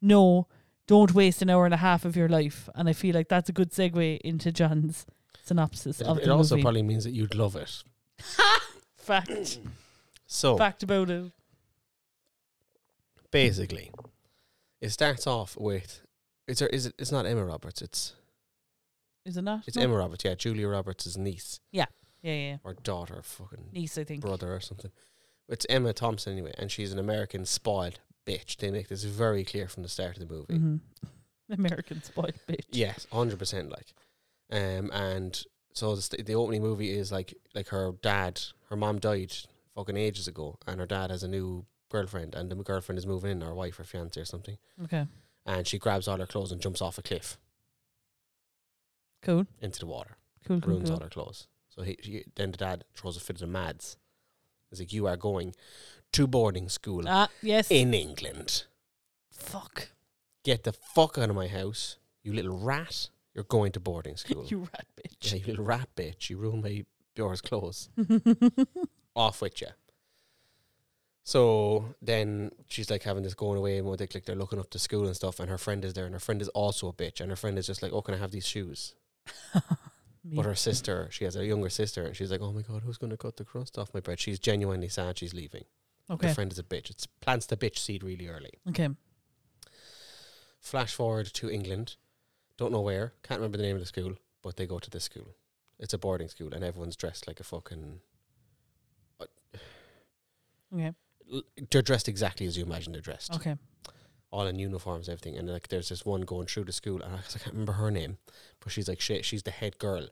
"No, don't waste an hour and a half of your life." And I feel like that's a good segue into John's synopsis It, of the it also movie. probably means that you'd love it. fact, So fact about it. basically, it starts off with it's her, is it, it's not Emma Roberts, it's Is it not? it's No? Emma Roberts, yeah, Julia Roberts' niece Yeah, yeah, or daughter, fucking niece. I think. brother or something. It's Emma Thompson anyway, and she's an American spoiled bitch. They make this very clear from the start of the movie. Mhm. American spoiled bitch. Yes, hundred percent. Like, um, and so the, st- the opening movie is like like her dad, her mom died fucking ages ago, and her dad has a new girlfriend, and the girlfriend is moving in, or wife or fiance or something, Okay, and she grabs all her clothes and jumps off a cliff cool, into the water, cool, cool. ruins cool. all her clothes. So he, she, then the dad throws a fit of the mads. He's like, "You are going to boarding school Ah, yes. in England. Fuck Get the fuck out of my house, you little rat! You're going to boarding school." you, rat bitch. Yeah, you little rat bitch. You ruined my yours clothes. Off with you. So then she's like having this going away and what they like they're looking up to school and stuff, and her friend is there, and her friend is also a bitch, and her friend is just like, Oh, can I have these shoes? Me. But her sister, she has a younger sister, and she's like, Oh my god, who's gonna cut the crust off my bread? She's genuinely sad she's leaving. Okay. Her friend is a bitch. It's plants the bitch seed really early. Okay. Flash forward to England. Don't know where, can't remember the name of the school, but they go to this school. It's a boarding school, and everyone's dressed like a fucking Okay. l- they're dressed exactly as you imagine they're dressed, Okay. all in uniforms, everything. And like, there's this one going through the school, and I, 'cause I can't remember her name, but she's like, shit, she's the head girl.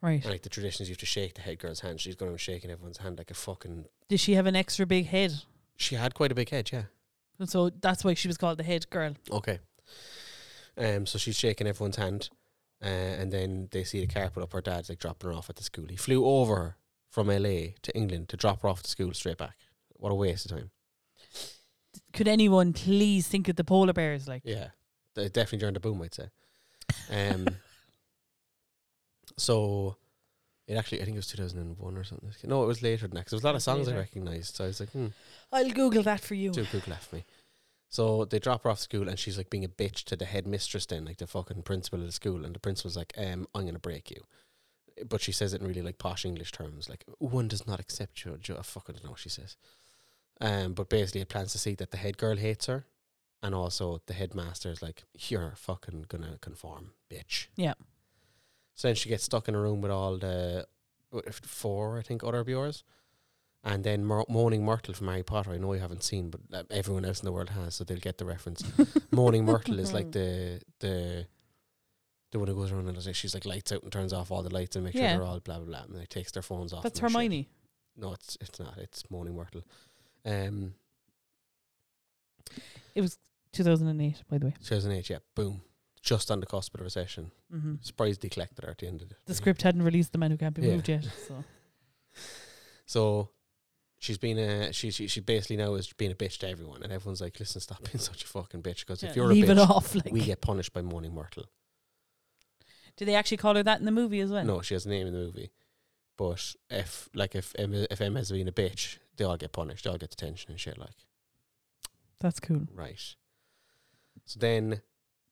Right. And like the traditions, you have to shake the head girl's hand. She's going around shaking everyone's hand like a fucking. Did she have an extra big head? She had quite a big head, yeah. And So that's why she was called the head girl. Okay. Um, so she's shaking everyone's hand, uh, and then they see the car put up. Her dad's like dropping her off at the school. He flew over from LA to England to drop her off at the school straight back. What a waste of time. Could anyone please think of the polar bears? Like, Yeah, Th- definitely during the boom, I'd say. Um, so it actually, I think it was 2001 or something. No, it was later than that. 'cause there was a lot of It's songs I later. recognized. So I was like, hmm, I'll Google that for you. too quick left me. So they drop her off school, and she's like being a bitch to the headmistress, then like the fucking principal of the school, and the principal's like, um, "I'm gonna break you," but she says it in really like posh English terms, like "one does not accept you." I fucking don't know what she says. Um, but basically, it plans to see that the head girl hates her, and also the headmaster is like, "You're fucking gonna conform, bitch." Yeah. So then she gets stuck in a room with all the with four, I think, other viewers. And then Mo- Moaning Myrtle from Harry Potter, I know you haven't seen, but uh, everyone else in the world has, so they'll get the reference. Moaning Myrtle is like the the the one who goes around and is like, she's like lights out and turns off all the lights and makes Yeah. sure they're all blah blah blah, and they takes their phones off. That's and shit. Hermione. No, it's it's not. It's Moaning Myrtle. Um, 2008, by the way. 2008, yeah, boom, just on the cusp of the recession. hmm Surprised they collected her at the end of it. The script hadn't released The Man Who Can't Be Yeah. Moved yet. So. So she's been a she she she basically now is being a bitch to everyone, and everyone's like, listen, stop being such a fucking bitch, because Yeah. if you're Leave a it bitch, off. Like, we get punished by Moaning Myrtle. do they actually call her that in the movie as well? No, she has a name in the movie. But if like if Emma, if Emma's being a bitch, they all get punished. They all get detention and shit. Like That's cool. right. So then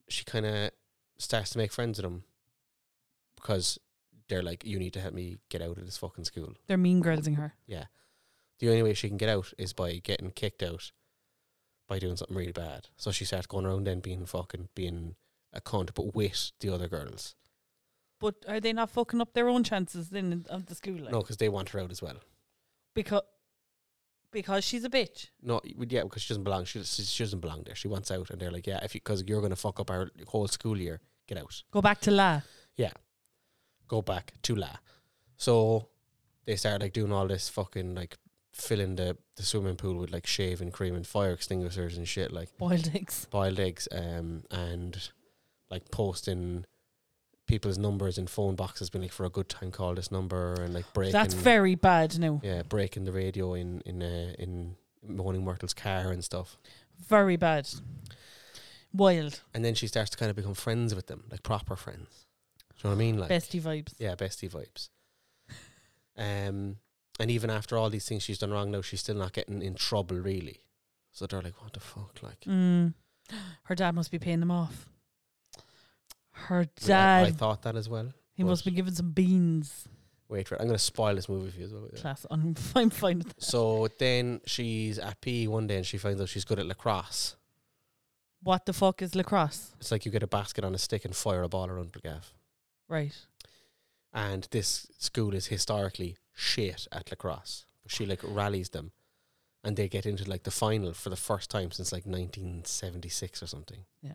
she kind of starts to make friends with them because they're like, "You need to help me get out of this fucking school." They're mean girlsing her. the only way she can get out is by getting kicked out by doing something really bad. So she starts going around then being fucking being a cunt, but with the other girls. But are they not fucking up their own chances then of the school? No, Like? 'cause they want her out as well. because because she's a bitch. No, y- yeah, because she doesn't belong. She, she she doesn't belong there. She wants out, and they're like, yeah, if because you, are gonna fuck up our whole school year, get out, Go back to La. go back to La. So they start like doing all this fucking like filling the the swimming pool with like shaving cream and fire extinguishers and shit like. Boiled eggs. boiled eggs um, and like posting people's numbers in phone boxes being like for a good time call this number and like breaking That's very bad now. yeah breaking the radio in in uh, in morning Myrtle's car and stuff Very bad. Wild. and then she starts to kind of become friends with them like proper friends do you know what I mean like Bestie vibes. yeah bestie vibes um and even after all these things she's done wrong now she's still not getting in trouble really so they're like what the fuck like Mm. Her dad must be paying them off. Her I, dad, I thought that as well he must be given some beans. wait for it I'm gonna spoil this movie for you as well yeah. Class, I'm fine, fine with that. So then she's at PE one day and she finds out she's good at lacrosse. What the fuck is lacrosse? It's like you get a basket on a stick and fire a ball around the gaff. Right. And this school is historically shit at lacrosse. She like rallies them and they get into like the final for the first time since like 1976 or something. Yeah.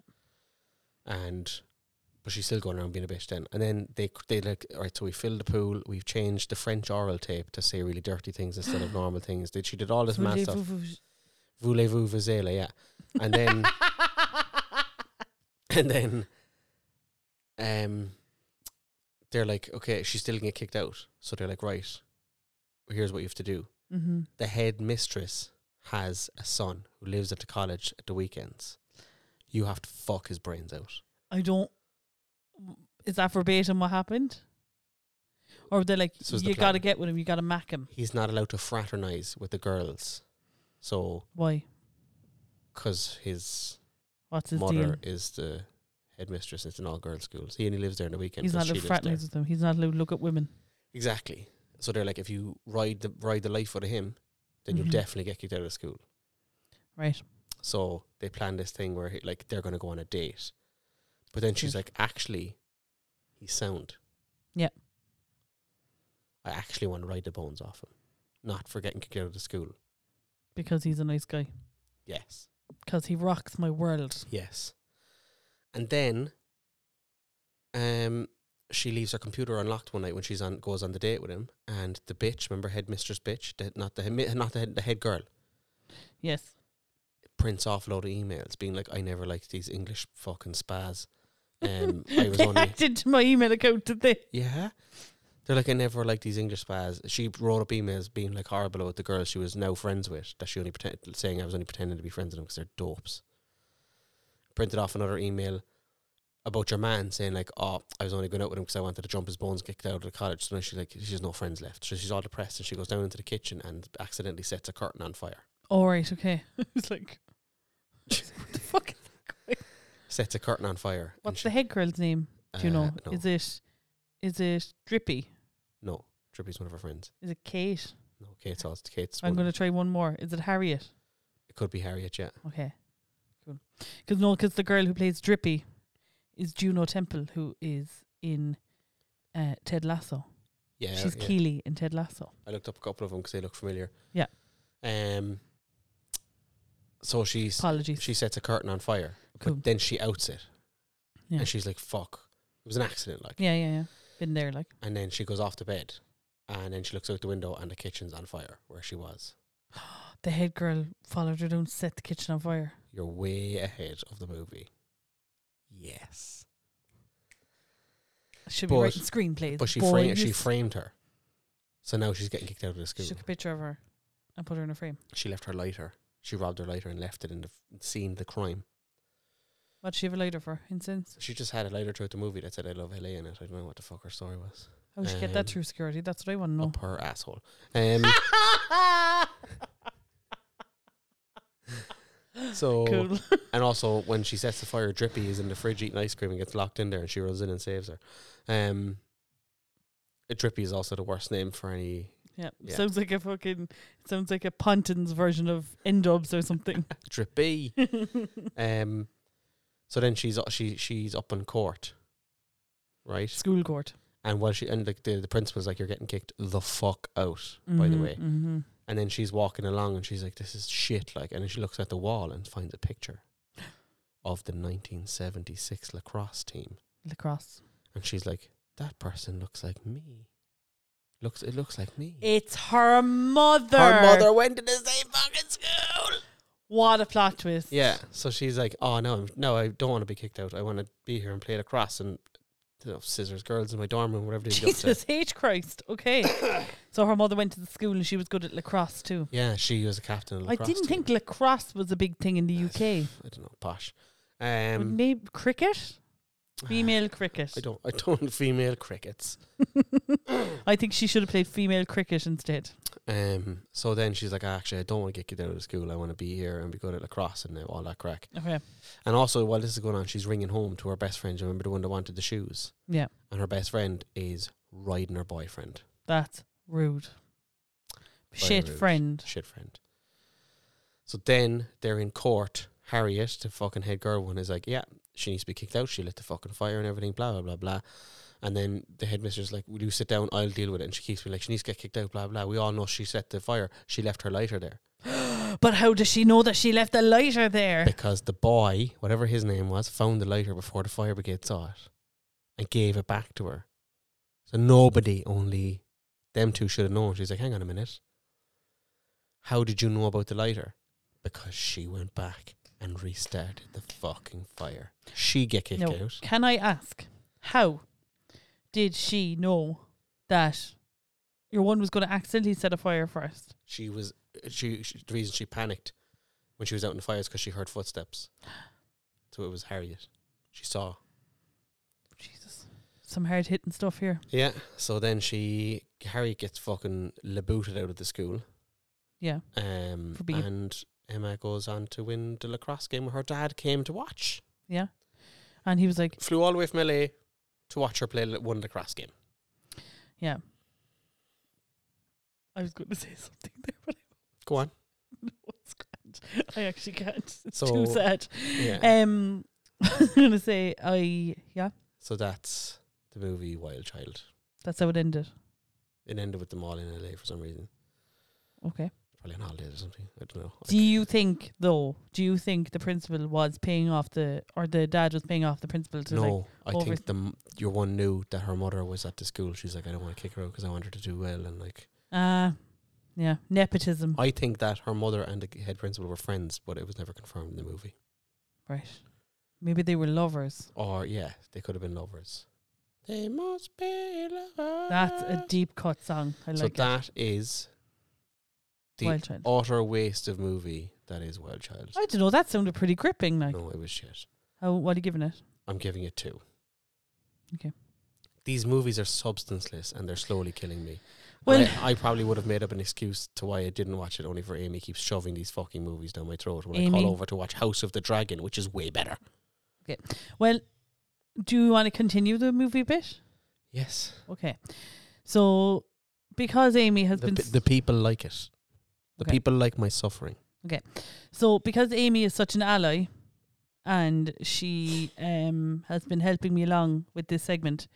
And but she's still going around being a bitch then. And then they they like all right, so we filled the pool. We've changed the French oral tape to say really dirty things instead of normal things. Did she did all this mad stuff? Voulez-vous Vizela, yeah. And then and then um they're like okay she's still gonna get kicked out so they're like right here's what you have to do mm-hmm. the head mistress has a son who lives at the college at the weekends you have to fuck his brains out I don't. Is that verbatim what happened? Or they're like, This was the you got to plan. get with him, you got to mac him. he's not allowed to fraternize with the girls so Why? because his What's his deal? mother is the headmistress it's an all-girls school so he only lives there on the weekend He's not allowed to fraternise with them. He's not allowed to look at women. exactly so they're like if you ride the ride the life out of him then Mhm. you'll definitely get kicked out of school Right. So they plan this thing where he, like they're going to go on a date, but then she's Sure. like, actually, he's sound. Yeah. I actually want to ride the bones off him, not for getting kicked out of the school. Because he's a nice guy. Yes, Because he rocks my world. yes. And then, um, she leaves her computer unlocked one night when she's on goes on the date with him, and the bitch, remember headmistress bitch, the, not the head, not the head, the head girl, Yes. prints off a load of emails, being like, I never liked these English fucking spas. Um, I was only hacked into my email account, did they? Yeah. They're like, I never liked these English spas. She wrote up emails being like horrible about the girls she was now friends with, that she only pretend, saying I was only pretending to be friends with them because they're dopes. Printed off another email about your man saying like, oh, I was only going out with him because I wanted to jump his bones, kicked out of the college. So now she's like, she has no friends left. So she's all depressed and she goes down into the kitchen and accidentally sets a curtain on fire. All right, okay. it's like, what the fuck? Sets a curtain on fire. and What's she- the head girl's name? Do you uh, know? No, Is it, is it Drippy? no. Trippy's one of her friends. Is it Kate? No, Kate's all. Kate's. I'm one- going to try one more. Is it Harriet? it could be Harriet. Yeah. Okay. Cool. Because no, because the girl who plays Drippy is Juno Temple, who is in uh, Ted Lasso. Yeah. She's yeah. Keely in Ted Lasso. I looked up a couple of them because they look familiar. Yeah. Um. So she's Apologies. she sets a curtain on fire, Cool. but then she outs it, Yeah. and she's like, "Fuck, it was an accident." Like, yeah, yeah, yeah. Been there, like. and then she goes off to bed, and then she looks out the window, and the kitchen's on fire where she was. The head girl followed her down, set the kitchen on fire. You're way ahead of the movie. Yes, I should But- be writing screenplays. but she boy, framed you she s- framed her, so now she's getting kicked out of the school. She took a picture of her and put her in a frame. She left her lighter. She robbed her lighter and left it in the f- scene of the crime. What did she have a lighter for? Incense? She just had a lighter throughout the movie that said "I love LA" in it. I don't know what the fuck her story was. How did she get that Um, through security? That's what I want to know. up her asshole. Um, so cool. and also when she sets the fire, Drippy is in the fridge eating ice cream and gets locked in there, and she runs in and saves her. Um, uh, Drippy is also the worst name for any Yeah. Yeah. Sounds like a fucking sounds like a Pontins version of Endubs or something. Trip B. um, so then she's she she's up in court, right? School court. And while she and like the, the principal's like, you're getting kicked the fuck out, by the Mhm, way. mhm. And then she's walking along and she's like, this is shit, like. And then she looks at the wall and finds a picture of the 1976 lacrosse team. Lacrosse. And she's like, "That person looks like me. Looks, it looks like me." It's her mother. Her mother went to the same fucking school. What a plot twist. Yeah. So she's like, "Oh no, I'm- no, I don't want to be kicked out. I want to be here and play lacrosse and you know, scissors girls in my dorm room, whatever they do." Jesus H Christ. Okay. so her mother went to the school and she was good at lacrosse too. Yeah, she was a captain. Of the I lacrosse didn't team. think lacrosse was a big thing in the UK. I don't know, posh. Would Um, Maybe cricket? Female cricket. I don't. I don't female crickets. I think she should have played female cricket instead. Um. So then she's like, "Actually, I don't want to get kicked out of the school. I want to be here and be good at lacrosse and uh, all that crack." Okay. And also, while this is going on, she's ringing home to her best friend. Do you Remember the one that wanted the shoes? Yeah. And her best friend is riding her boyfriend. That's rude. Very Shit rude. friend. Shit friend. So then they're in court. Harriet, the fucking head girl one, is like, yeah, she needs to be kicked out. She lit the fucking fire and everything, blah, blah, blah, blah. And then the headmistress is like, will you sit down? I'll deal with it. And she keeps being like, she needs to get kicked out, blah, blah. We all know she set the fire. She left her lighter there. But how does she know that she left the lighter there? Because the boy, whatever his name was, found the lighter before the fire brigade saw it and gave it back to her. So nobody, only them two should have known. She's like, hang on a minute. How did you know about the lighter? Because she went back and restarted the fucking fire. She get kicked No. out. Can I ask how did she know that your one was going to accidentally set a fire first? She was she, she the reason she panicked when she was out in the fire is because she heard footsteps. So it was Harriet. She saw Jesus, some hard hitting stuff here. Yeah. So then she Harriet gets fucking labooted out of the school. Yeah. Um For being- and Emma goes on to win the lacrosse game where her dad came to watch. And he was like, Flew all the way from LA to watch her play la- one lacrosse game. "Yeah, I was going to say something there, but Go on. I can't. I actually can't. It's So, too sad." Yeah. Um, I'm going to say, "I yeah, so that's the movie Wild Child. that's how it ended." It ended with them all in LA for some reason. Okay. Probably on holidays or something. I don't know. Do you think though? Do you think the principal was paying off the or the dad was paying off the principal to like? no, I over- think the m- your one knew that her mother was at the school. She's like, I don't want to kick her out because I want her to do well. And like, Ah, yeah, nepotism. I think that her mother and the head principal were friends, but it was never confirmed in the movie. Right. Maybe they were lovers. Or yeah, they could have been lovers. They must be lovers. That's a deep cut song. I so uh, like it. that is the Wild Child. utter waste of movie that is Wild Child. I don't know. That sounded pretty gripping. Like, No, it was shit. how? What are you giving it? I'm giving it two. Okay. These movies are substanceless and they're slowly killing me. Well, And I, I probably would have made up an excuse to why I didn't watch it, only for Amy keeps shoving these fucking movies down my throat when I Amy. call over to watch House of the Dragon, which is way better. well, do you want to continue the movie bit? Yes. Okay. So, because Amy has the, been pe- s- the people like it. The Okay. people like my suffering. So because Amy is such an ally and she um has been helping me along with this segment,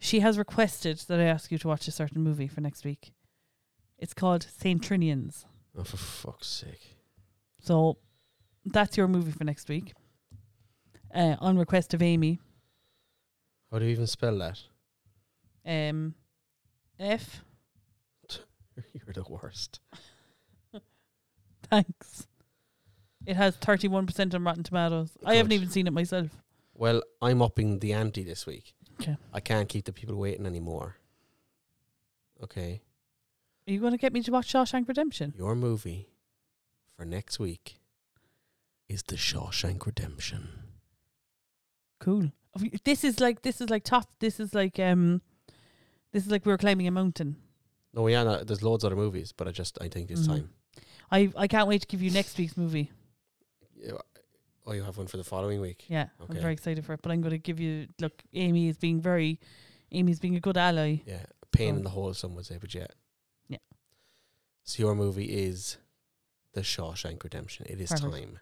she has requested that I ask you to watch a certain movie for next week. It's called Saint Trinians. Oh, for fuck's sake! So that's your movie for next week. Uh, on request of Amy. How do you even spell that? Um F You're the worst. thanks. It has thirty one percent on Rotten Tomatoes. I haven't Good. even seen it myself. Well, I'm upping the ante this week. 'Kay. I can't keep the people waiting anymore. Okay, Are you gonna get me to watch Shawshank Redemption? your movie for next week is The Shawshank Redemption. Cool. This is like this is like top. This is like um, this is like we were climbing a mountain. No, yeah, no, there's loads of other movies, but I just I think it's Mhm. time. I I can't wait to give you next week's movie. You- Oh, you have one for the following week. Yeah, Okay. I'm very excited for it. But I'm going to give you look. Amy is being very, Amy's being a good ally. Yeah, pain Oh. in the hole, some would say, but yeah, Yeah. So your movie is The Shawshank Redemption. It is Perfect. time.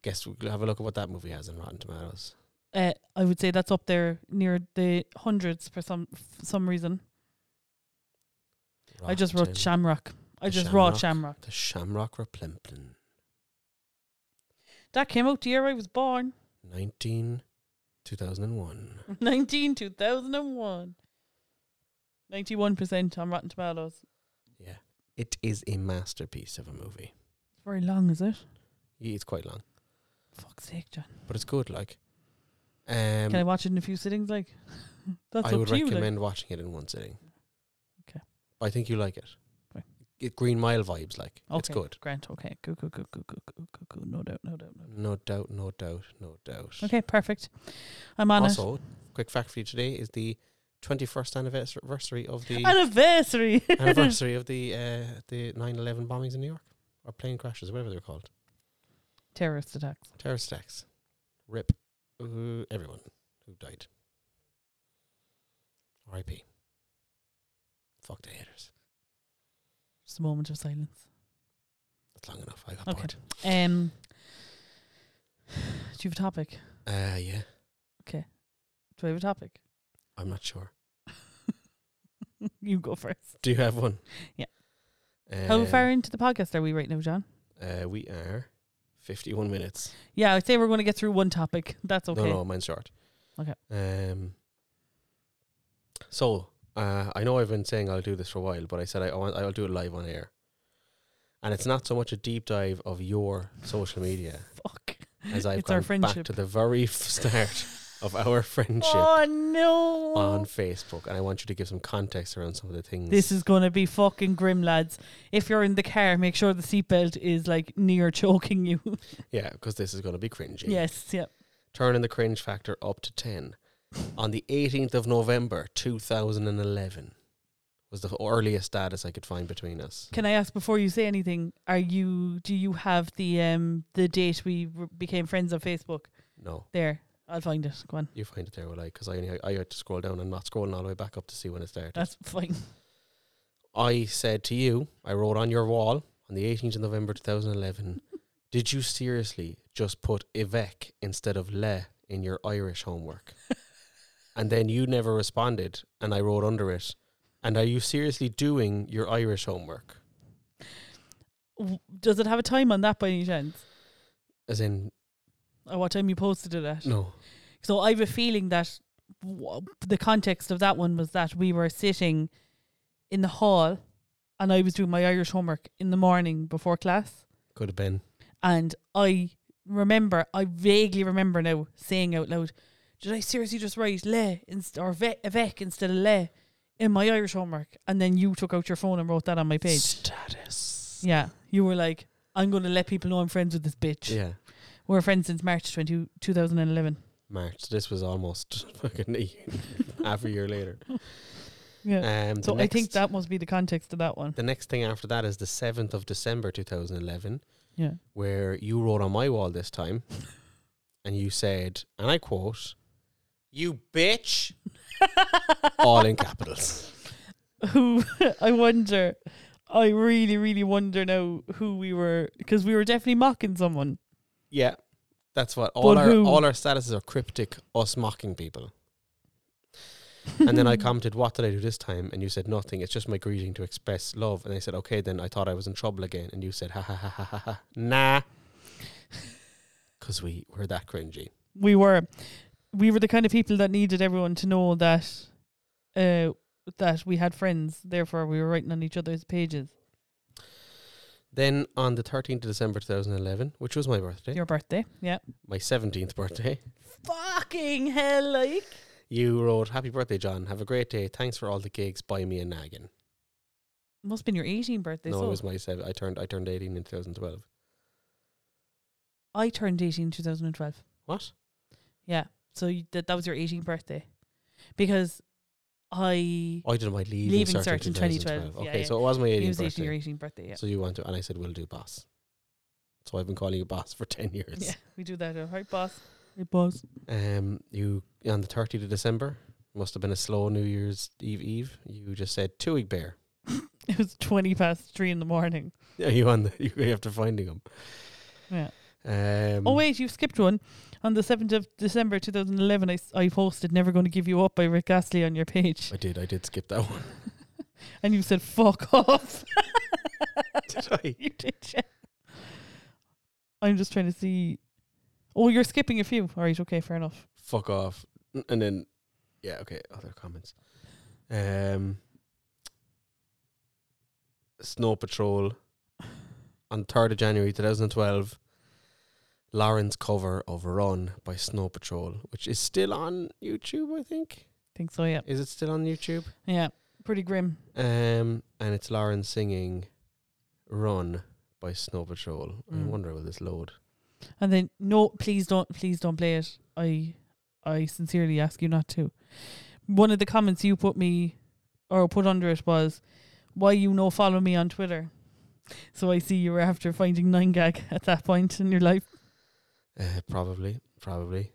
Guess we'll have a look at what that movie has in Rotten Tomatoes. Uh, I would say that's up there near the hundreds for some f- some reason. I just wrote Rotten- Shamrock. I The just wrote Shamrock. Shamrock. The Shamrock Replempton, That came out the year I was born, 19, 2001. 19, 2001. 91% on Rotten Tomatoes. Yeah. It is a masterpiece of a movie. Very long, is it? Yeah, It's quite long, Fuck's sake, John. but it's good. Like, Can I um, watch it in a few sittings? Like, that's I up would to you. Like. recommend watching it in one sitting. Okay. I think you like it. Fine. It Green Mile vibes, like it's Okay, good. Grant, okay. Go, go, go, go, go, go, go, go. No doubt, no doubt, no doubt. No doubt, no doubt, no doubt. Okay, perfect. I'm on it. Also, quick fact for you today is the 21st anniversary of the Anniversary. anniversary of the uh, the 9/11 bombings in New York or plane crashes, whatever they're called, Terrorist attacks. terrorist attacks. Rip uh, everyone who died. R.I.P. Fuck the haters. Just a moment of silence. That's long enough. I got Okay. bored. Um, do you have a topic? Uh, yeah, Do I have a topic? I'm not sure. you go first. Do you have one? Yeah. Um, How far into the podcast are we right now, John? Uh, we are 51 minutes. Yeah, I'd say we're going to get through one topic. That's okay. No, no, mine's short. Okay. Um. So uh, I know I've been saying I'll do this for a while, but I said I, I want I'll do it live on air, and it's not so much a deep dive of your social media Fuck. as I've It's our gone back friendship. to the very f- start of our friendship Oh, no. on Facebook, and I want you to give some context around some of the things. This is going to be fucking grim, lads. If you're in the car, make sure the seatbelt is like near choking you. yeah, because this is going to be cringy. yes, yep. turning the cringe factor up to 10 on the 18th of November 2011 was the earliest status I could find between us. Can I ask before you say anything? Are you? Do you have the um the date we r- became friends on Facebook? No, There, I'll find it. Go on. you find it there, will I? Because I, only- I had to scroll down and not scrolling all the way back up to see when it started. That's fine. I said to you, I wrote on your wall on the 18th of November 2011, did you seriously just put Ivek instead of Le in your Irish homework? and then you never responded, and I wrote under it, and are you seriously doing your Irish homework? W- Does it have a time on that by any chance? As in, Or what time you posted it at? no. So I have a feeling that w- the context of that one was that we were sitting in the hall, and I was doing my Irish homework in the morning before class. Could have been. And I remember, I vaguely remember now saying out loud, "Did I seriously just write le inst- or ve- vec instead of le in my Irish homework?" And then you took out your phone and wrote that on my page. Status. Yeah, you were like, "I'm going to let people know I'm friends with this bitch." Yeah. We're friends since March 20, 2011. March. This was almost fucking a year- half a year later. Yeah. Um, so the I think next- that must be the context of that one. The next thing after that is the 7th of December 2011, Yeah. where you wrote on my wall this time, and you said, and I quote, You bitch! All in capitals. who I wonder, I really, really wonder now who we were because we were definitely mocking someone. Yeah. That's what all But our who? all our statuses are cryptic, us mocking people. And Mm-hmm. then I commented, "What did I do this time?" And you said nothing. It's just my greeting to express love. And I said, "Okay." Then I thought I was in trouble again, and you said, "Ha ha ha ha ha, ha nah," because we were that cringy. we were, we were the kind of people that needed everyone to know that, uh, that we had friends. Therefore, we were writing on each other's pages. Then on the thirteenth of December two thousand eleven, which was my birthday, Your birthday, yeah. my seventeenth birthday, Fucking hell, like you wrote, "Happy birthday, John. Have a great day. Thanks for all the gigs. Buy me a naggin." must have been your 18th birthday. no, so it was my seven. I turned I turned eighteen in two thousand twelve. I turned 18 in 2012. What? Yeah, so you, that that was your 18th birthday, because I I did my leaving, Leaving cert, cert in 2012. Yeah, Okay, yeah. so it was my 18th it was 18 birthday. your 18th birthday. Yeah. So you want to, and I said, we'll do boss. So I've been calling you boss for 10 Yeah, years. we do that. All right, boss. Hey, boss. Um, you, on the 30th of December, must have been a slow New Year's Eve Eve, you just said, two week bear. It was 20 past three in the morning. Yeah, you on the you after finding them. Yeah. Um, Oh, wait, you've skipped one. On the 7th of December 2011, I, s- I posted Never Gonna Give You Up by Rick Astley on your page. I did. I did skip that one. And you said, fuck off. did I? you did, yeah. I'm just trying to see. Oh, you're skipping a few. All right, okay, fair enough. Fuck off. N- And then, yeah, okay. Other comments. Um, Snow Patrol on third of January two thousand and twelve. Lauren's cover of "Run" by Snow Patrol, which is still on YouTube, I think. Think so, yeah. Is it still on YouTube? Yeah, pretty grim. Um, and it's Lauren singing "Run" by Snow Patrol. Mm. I wonder will this load? And then no, please don't, please don't play it. I, I sincerely ask you not to. One of the comments you put me, or put under it was, "Why you no follow me on Twitter?" So I see you were after finding nine gag at that point in your life. Uh, probably, probably.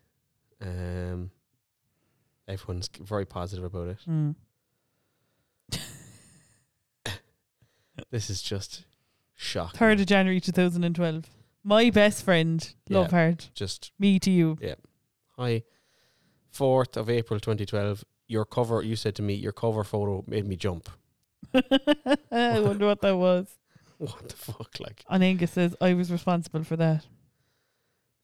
Um, everyone's g- very positive about it. Mm. This is just shock. Third of January two thousand and twelve. My best friend, love Yeah. hard. Just Me to you. hi. Fourth of April, twenty twelve. Your cover. You said to me, your cover photo made me jump. I wonder what that was. What the fuck, like? And Angus says I was responsible for that.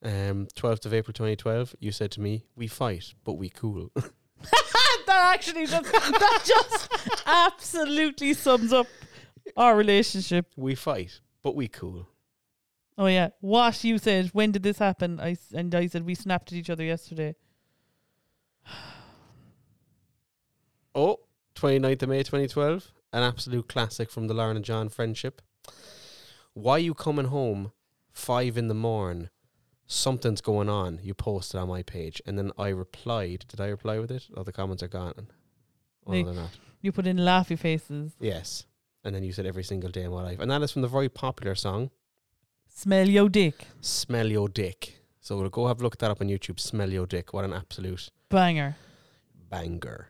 Um, twelfth of April, twenty twelve. You said to me, we fight, but we cool. that actually just that just absolutely sums up our relationship. we fight, but we cool. Oh yeah, what you said? When did this happen? I s- and I said we snapped at each other yesterday. Oh, 29th of May 2012, an absolute classic from the Lauren and John friendship. Why you coming home five in the morn? Something's going on. You posted on my page, and then I replied. Did I reply with it? Oh, the comments are gone. Oh, They- no, they're not. You put in laughy faces. Yes, and then you said every single day of my life, and that is from the very popular song Smell yo dick, "Smell Your Dick." So we'll go have a look at that up on YouTube. "Smell Your Dick." What an absolute banger. banger!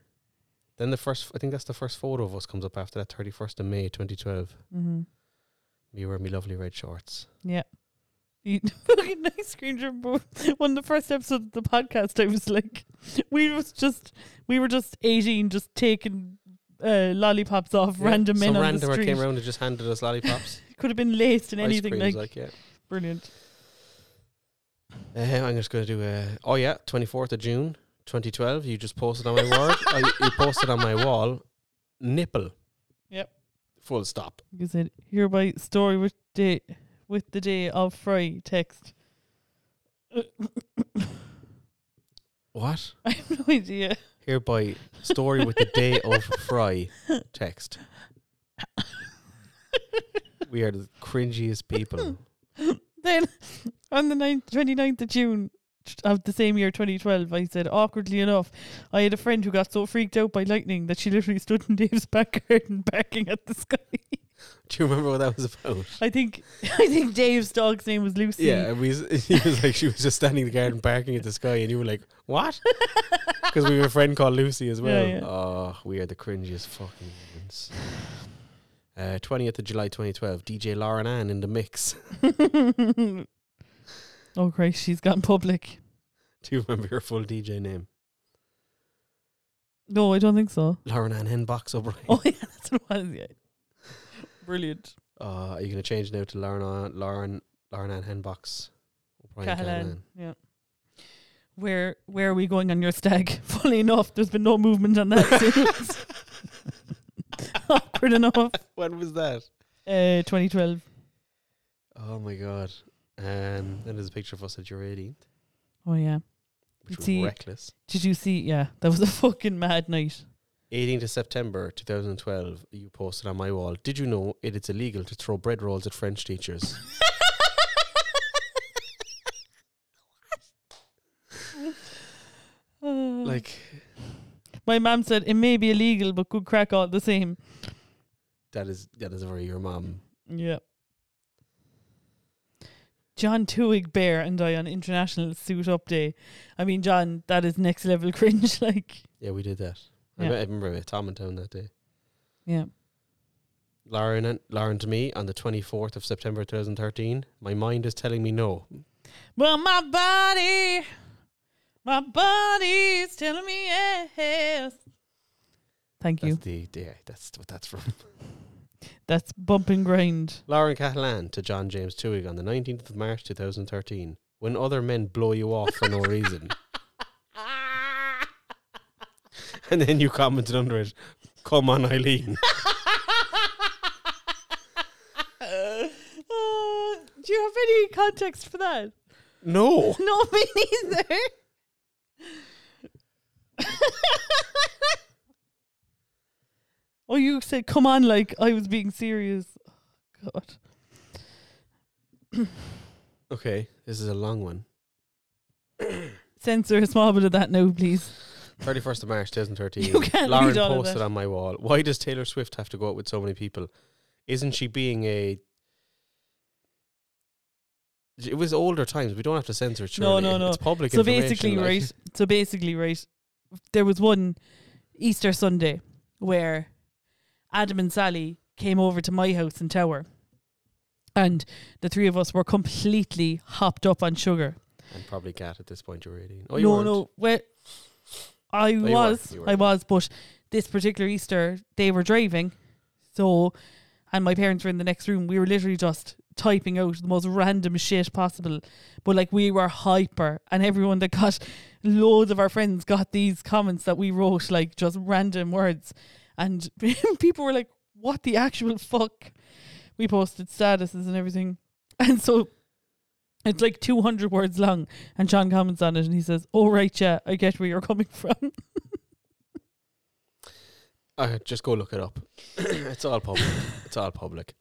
Then the first, I think that's the first photo of us comes up after that, thirty first of May, twenty twelve. Mm-hmm. You wear me lovely red shorts. Yeah. You- Fucking nice screenshot. of- When the first episode of the podcast, I was like, we was just we were just eighteen, just taking uh, lollipops off random men Some on randomer the street. came around and just handed us lollipops, Could have been laced in ice anything creams, like, like, yeah. brilliant. Um, I'm just going to do a. Oh yeah, 24th of June, 2012. You just posted on my word. I, you posted on my wall. Nipple. Yep. Full stop. You said hereby story with day with the day of fry text. What? I have no idea. Hereby story with the day of fry text. We are the cringiest people. Then on the 9th, 29th of June of the same year, 2012, I said, awkwardly enough, I had a friend who got so freaked out by lightning that she literally stood in Dave's back garden barking at the sky. Do you remember what that was about? I think I think Dave's dog's name was Lucy. Yeah, and we, s- he was like, she was just standing in the garden barking at the sky, and you were like, what? Because we have a friend called Lucy as Yeah, well. yeah. Oh, we are the cringiest fucking humans. Uh, 20th of July 2012, DJ Lauren Ann in the mix. oh, Christ, she's gone public. Do you remember your full DJ name? No, I don't think so. Lauren Ann Henbox O'Brien. Oh, yeah, that's what it was. Yeah. Brilliant. Uh, are you going to change now to Lauren Ann, Lauren, Lauren Ann Henbox O'Brien? Callahan. Callahan. Yeah. Where where are we going on your stag? Funny enough, there's been no movement on that since. Awkward enough. When was that? Uh, 2012. Oh my God. Um, then there's a picture of us at your 18th, Oh yeah. which was See- reckless. Did you see? Yeah, that was a fucking mad night. 18th of September 2012, you posted on my wall, Did you know it is illegal to throw bread rolls at French teachers? Uh, like, my mum said it may be illegal, but good crack all the same. that is that is very your mom. Yeah. John Tuig Bear and I on International Suit Up Day. I mean, John, that is next level cringe. Like, Yeah, we did that. I, Yeah. me- I remember we had Tom in town that day. yeah. Lauren and Lauren to me on the 24th of September 2013. My mind is telling me no. Well, my body, my body's telling me yes. Thank That's the you. yeah, that's what that's from. That's bump and grind. Lauren Catalan to John James Tuig on the 19th of March 2013. When other men blow you off for no reason. And then you commented under it, come on, Eileen. Oh, Uh, do you have any context for that? no. No, me neither. oh, you said, come on, like I was being serious. Oh, God. Okay, this is a long one. Censor a small bit of that now, please. 31st of March 2013. You can't Lauren read all of posted that. on my wall, why does Taylor Swift have to go out with so many people? Isn't she being a. It was older times. We don't have to censor it. No, surely. no, no. It's public So information, basically, like- right. So basically, right. There was one Easter Sunday where Adam and Sally came over to my house in Tower, and the three of us were completely hopped up on sugar. And probably cat at this point, you're 18. Oh, you no, weren't. no. Well, I were, was, you I were. was, but this particular Easter they were driving, so, and my parents were in the next room. We were literally just typing out the most random shit possible, but like we were hyper, and everyone that got loads of our friends got these comments that we wrote like just random words, and people were like, "What the actual fuck?" We posted statuses and everything, and so it's like 200 words long. And John comments on it and he says, Oh, right, yeah, I get where you're coming from. Uh, just go look it up. it's all public. it's all public.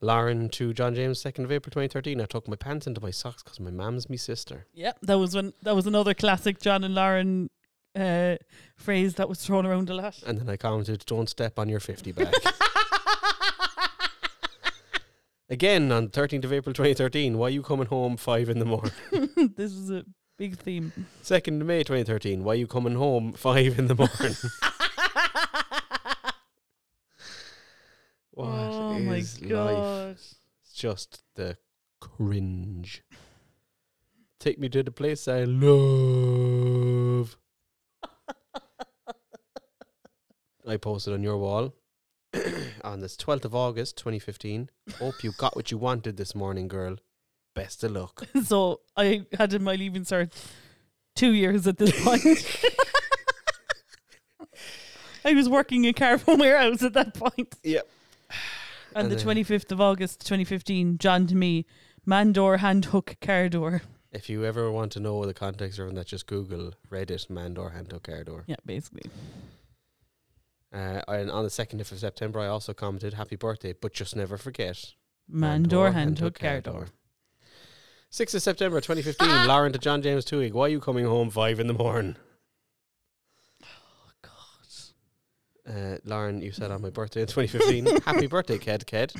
Lauren to John James, 2nd of April 2013. I took my pants into my socks because my mam's me sister. yep. That was when that was another classic John and Lauren uh, phrase that was thrown around a lot. And then I commented, don't step on your 50 bag. Again, on 13th of April 2013, why you coming home 5 in the morning? this is a big theme. 2nd of May 2013, why you coming home 5 in the morning? What oh is my life? god. It's just the cringe. Take me to the place I love. I posted on your wall on this 12th of August 2015. Hope you got what you wanted this morning, girl. Best of luck. So I had in my leaving cert two years at this point. I was working in Caravan Warehouse at that point. Yep. And, And the then- twenty fifth of August, twenty fifteen, John to me, Mandor hand hook car door. If you ever want to know the context around that, just Google Reddit Mandor Handhook Ardor. Yeah, basically. Uh, and on the 2nd of September, I also commented, Happy birthday, but just never forget. Mandor hand hook car door. 6th of September 2015, Lauren to John James Tuig. Why are you coming home 5 in the morning? Uh, Lauren, you said on my birthday in 2015, Happy birthday, Ked Ked.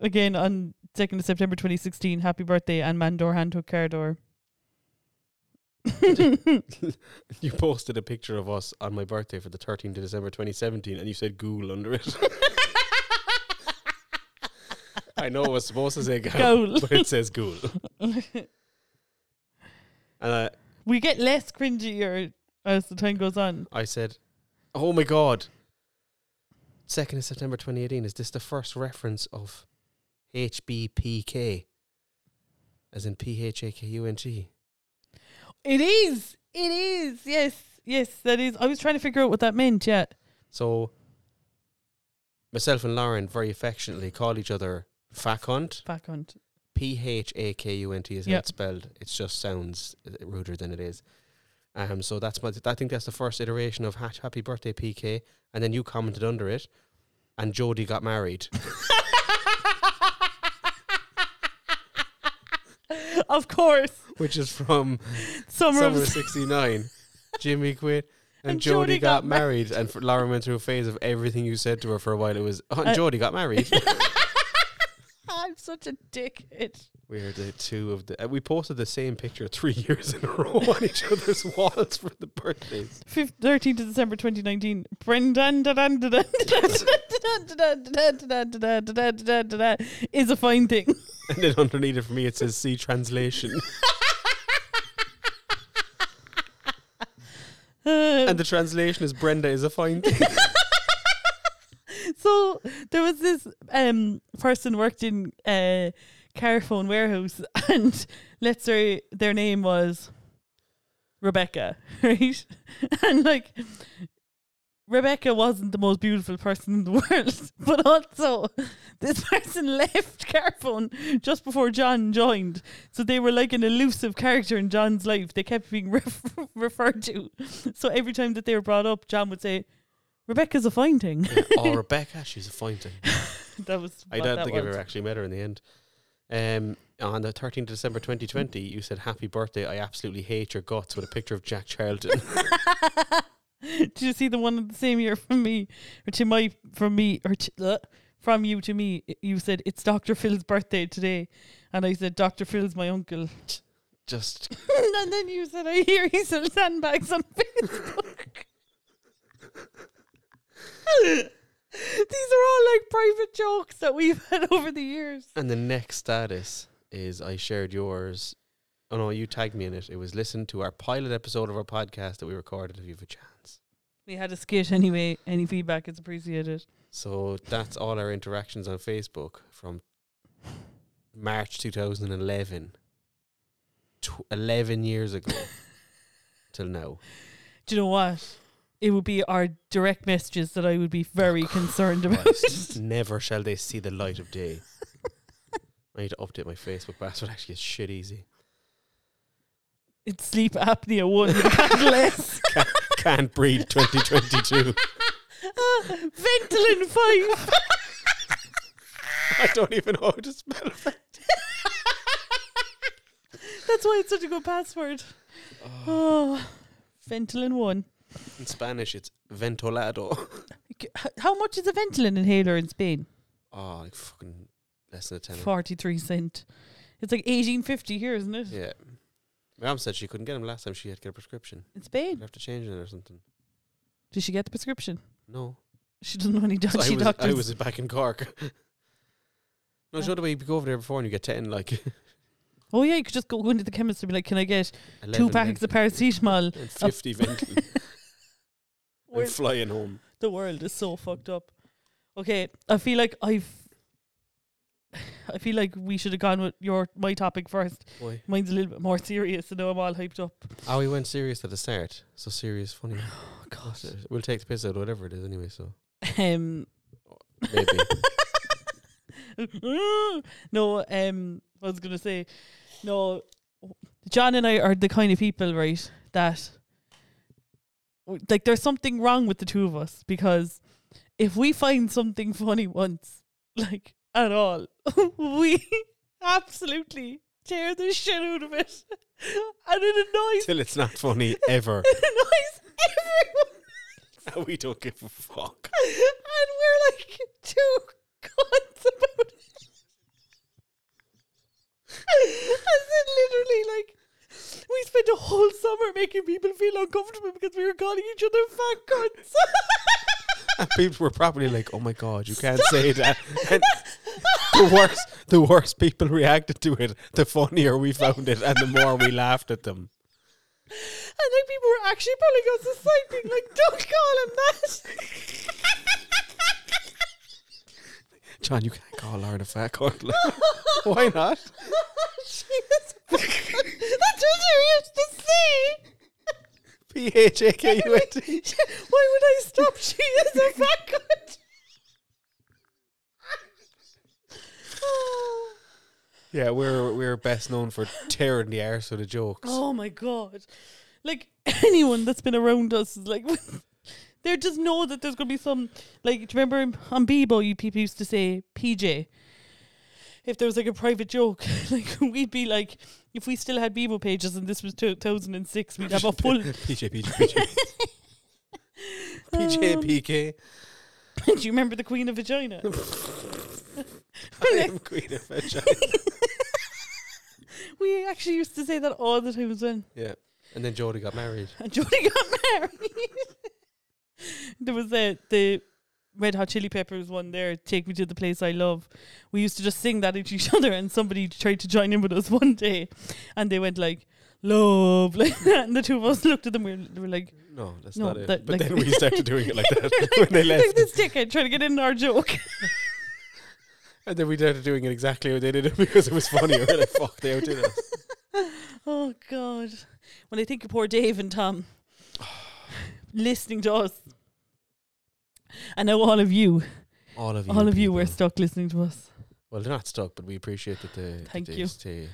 Again on second of September twenty sixteen, happy birthday and Mandor hand hook car door. You posted a picture of us on my birthday for the 13th of December 2017 and you said ghoul under it. I know it was supposed to say ghoul, Ghoul. but it says ghoul. and I, we get less cringier as the time goes on. I said, "Oh my god." 2nd of September 2018 is this the first reference of HBPK as in P H A K U N G. It is. It is. Yes. Yes, that is. I was trying to figure out what that meant, yeah. So myself and Lauren very affectionately call each other facunt. Back on. P H A K U N T is how Yep. it's spelled. It just sounds uh, ruder than it is. Um, so that's my. I think that's the first iteration of Hatch Happy Birthday PK, and then you commented under it, and Jody got married. Of course. which is from Summer, Summer of of '69. Jimmy quit, and, And Jody, Jodie got, got married. And for, Lauren went through a phase of everything you said Uh, to her for a while. It was, "Oh, and Uh, Jody got married." I'm such a dickhead. We're the two of the. Uh, we posted the same picture three years in a row on each other's walls for the birthdays. Fif- 13th of December 2019. Brendan da-dan, da-dan, da-dan, da-dan, da-dan, da-dan, da-dan, da-dan, da-dan, da-dan, is a fine thing. And then underneath it for me, it says "See translation," Uh, and the translation is "Brenda is a fine thing." so there was this um person worked in uh Carphone warehouse and let's say their name was Rebecca, right? And like Rebecca wasn't the most beautiful person in the world, but also this person left Carphone just before John joined. So they were like an elusive character in John's life. They kept being ref- referred to. So every time that they were brought up, John would say, Rebecca's a fine thing. oh, Rebecca, she's a fine thing. That was. I what don't that think I've was. ever actually met her in the end. Um, on the 13th of December 2020, you said "Happy birthday." I absolutely hate your guts with a picture of Jack Charlton. Did you see the one of the same year from me or to my from me or to, uh, from you to me? i- You said it's Doctor Phil's birthday today, and I said Doctor Phil's my uncle. Just and then you said I hear he sells sandbags on Facebook. These are all like private jokes that we've had over the years. and the next status is I shared yours. Oh no, you tagged me in it. It was listen to our pilot episode of our podcast that we recorded. If you have a chance, We had a skit anyway. Any feedback is appreciated. so that's all our interactions on Facebook from March 2011, tw- 11 years ago till now. do you know what? It would be our direct messages that I would be very concerned about. Christ, Never shall they see the light of day. I need to update my Facebook password. Actually, it's shit easy. It's sleep apnea one, and less. Can't, can't breathe 2022. Ventolin five. I don't even know how to spell it. That's why it's such a good password. Oh, Ventolin one. In Spanish, it's ventolado. H- How much is a Ventolin inhaler in Spain? Oh, like fucking less than a tenner. Forty three cent. It's like eighteen fifty here, isn't it? Yeah. My mum said she couldn't get him last time. She had to get a prescription. In She'd Spain. have to change it or something. Did she get the prescription? No. She doesn't know any So I, dodgy was, doctors. I was back in Cork. No, show the way you go over there before and you get 10, like. oh yeah, you could just go into the chemist and be like, "Can I get 11 two packs of Ventolin paracetamol?" And 50 Ventolin. I'm Where's- flying home. the world is so fucked up. Okay, I feel like I've. I feel like we should have gone with your my topic first. Why? Mine's a little bit more serious, and now I'm all hyped up. Oh, we went serious at the start. So serious, funny. Oh God. We'll take the piss out of whatever it is anyway, so. Um. Maybe. no. Um. I was gonna say, no. John and I are the kind of people, right? That w- like there's something wrong with the two of us because if we find something funny once, like at all, we absolutely tear the shit out of it, and it annoys Till it's not funny ever. it annoys everyone. we don't give a fuck. and we're like two cons about it. As in literally like we spent a whole summer making people feel uncomfortable because we were calling each other fat cunts. And people were probably like, "Oh my god, you can't say that." And the worse, the worse people reacted to it, the funnier we found it, and the more we laughed at them. and like people were actually pulling us aside being like, Don't call him that John, you can't call Lauren a fat cunt. Like, why not? She is a fat cunt. That's what you used to say. P H A K U N T. Why would I stop? She is a fat cunt. Yeah, we're we're best known for tearing the arse with the jokes. oh my god! Like anyone that's been around us is like, they just know that there's gonna be some. Like, do you remember on Bebo, you people used to say PJ. If there was like a private joke, like we'd be like, if we still had Bebo pages and this was 2006, we'd have a full PJ PJ PJ Um, PJ PK. Do you remember the Um. Queen of Vagina? I am queen of vagina. We actually used to say that all the time as well. Yeah. And then Jody got married. And Jody got married. there was the the Red Hot Chili Peppers one there. Take me to the place I love. We used to just sing that at each other, and somebody tried to join in with us one day, and they went like love, like that. and the two of us looked at them. We were, we were like, No, that's No, not it. that- but like- then we started doing it like that when they like left. this dickhead trying to get in our joke. And then we started doing it exactly how they did it because it was funny. We're like, fuck, they outdid us. Oh God! When I think of poor Dave and Tom listening to us, and now all of you, All of you. all of you were people. stuck listening to us. Well, they're not stuck, but we appreciate that they. that Thank they you. Stay.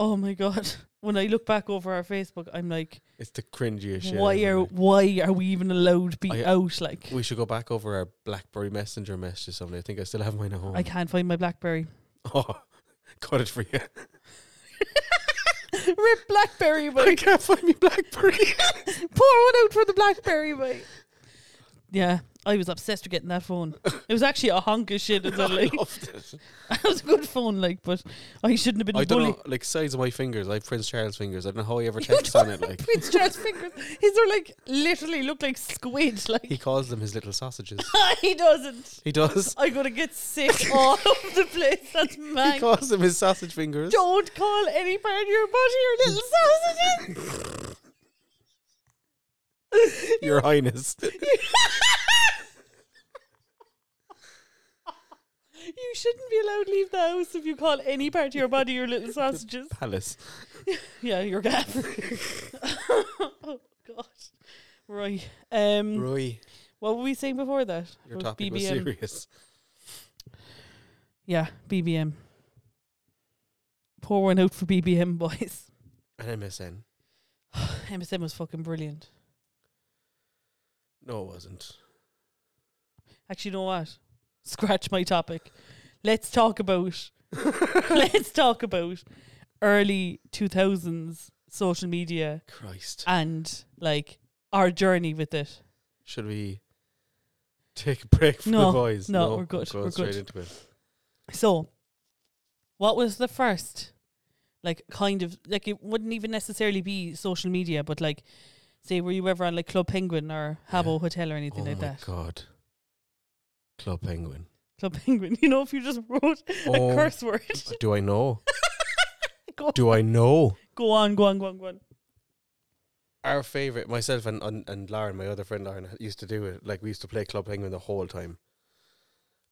Oh my God! When I look back over our Facebook, I'm like, It's the cringiest shit. why ever, are like. why are we even allowed to be I- out? Like, We should go back over our BlackBerry Messenger messages. Somebody, I think I still have mine at home. I can't find my BlackBerry. Oh, got it for you. Rip BlackBerry, I boy. can't find me BlackBerry. Pour one out for the BlackBerry, boy. Yeah, I was obsessed with getting that phone. It was actually a honk of shit. As well, like, I loved it. it was a good phone, like, but I shouldn't have been I don't bullied. know, like size of my fingers. I have Prince Charles fingers. I don't know how I ever You text on it. Like Prince Charles fingers. His are like literally look like squid. he Like calls them his little sausages. he doesn't. He does. I'm gonna get sick all over the place. That's He mine. calls them his sausage fingers. Don't call any part of your body your little sausages. Your Highness. you shouldn't be allowed to leave the house if you call any part of your body your little sausages. Palace. Yeah, your gaff. oh God. Right. Um. Roy, What were we saying before that? your About topic was BBM. serious. Yeah, BBM. Pour one out for BBM boys. And MSN. MSM was fucking brilliant. No, it wasn't. Actually, you know what? Scratch my topic. Let's talk about. let's talk about early two thousands social media Christ. and like our journey with it. Should we take a break for No, the boys? no, we're good, Going we're straight good. into it. So, what was the first, like, kind of like it wouldn't even necessarily be social media, but like, say, were you ever on like Club Penguin or Habbo Yeah. Hotel or oh anything like my that? god. Club Penguin. Club Penguin. You know, if you just wrote Oh. a curse word, Do I know? go, Do I know? go on, go on, go on, go on. Our favorite, myself and, and and Lauren, my other friend Lauren, used to do it. Like we used to play Club Penguin the whole time.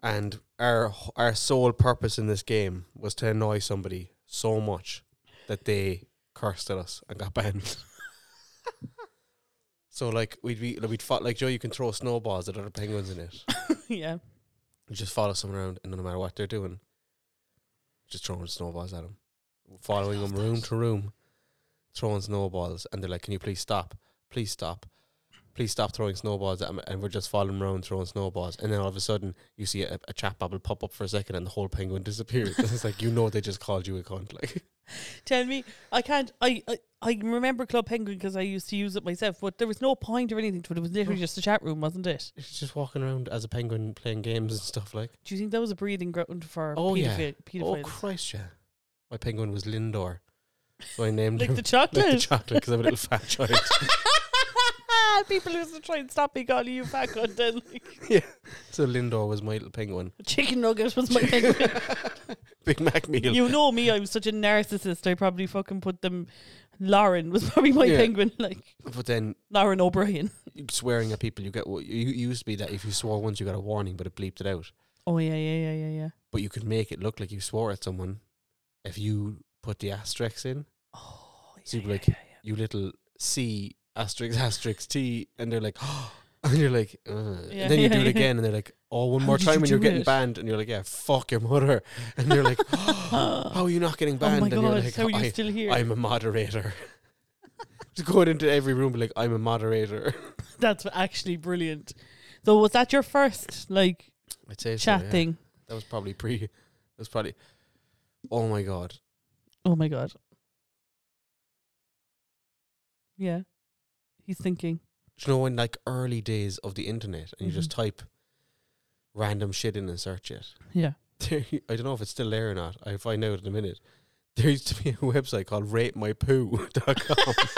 And our h- our sole purpose in this game was to annoy somebody so much that they cursed at us and got banned. so like we'd be like, we'd fought like Joe, you can throw snowballs at other penguins in it. yeah. You just follow someone around, and no matter what they're doing, just throwing snowballs at them, following them room to room, throwing snowballs, and they're like, "Can you please stop? Please stop." Please stop throwing snowballs at 'em," and we're just following around throwing snowballs. And then all of a sudden, you see a, a chat bubble pop up for a second, and the whole penguin disappears. it's like you know they just called you a cunt. Like Tell me, I can't. I I, I remember Club Penguin because I used to use it myself, but there was no point or anything to it. It was Oh. literally just a chat room, wasn't it? it's just walking around as a penguin playing games and stuff. Like Do you think that was a breathing ground for Oh, yeah. pedophile, oh pedophiles? Christ, yeah. My penguin was Lindor, so I named like him the chocolate. like the chocolate because I'm a little fat child. People used to try and stop me calling you fat cunt then. Like, So Lindor was my little penguin. chicken nuggets was my penguin. Big Mac meal. you know me, I'm such a narcissist. I probably fucking put them. Lauren was probably my Yeah. penguin, like but then Lauren O'Brien. swearing at people, you get what you you used to be that if you swore once, you got a warning, but it bleeped it out. Oh yeah, yeah, yeah, yeah, yeah. But you could make it look like you swore at someone if you put the asterisks in. Oh, yeah, So you'd be yeah, like, yeah, yeah. You little C asterisk asterisk T, and they're like, and you're like, uh. Yeah, and then you yeah, do it yeah. again, and they're like, oh, one How more did you time, and you're do getting it? banned, and you're like, yeah, fuck your mother, and you're like, how are you not getting Oh banned? my and you're god, like, how are "I- you still here? I'm a moderator. Just going into every room, be like, I'm a moderator. That's actually brilliant. So was that your first like I'd say so, chat yeah. thing? That was probably pre. That was probably. Oh my god! Oh my god. Yeah. He's thinking. Do you know in like early days of the internet, and you just Mhm. type random shit in and search it. Yeah. I don't know if it's still there or not. I find out in a minute. There used to be a website called RateMyPoo.com,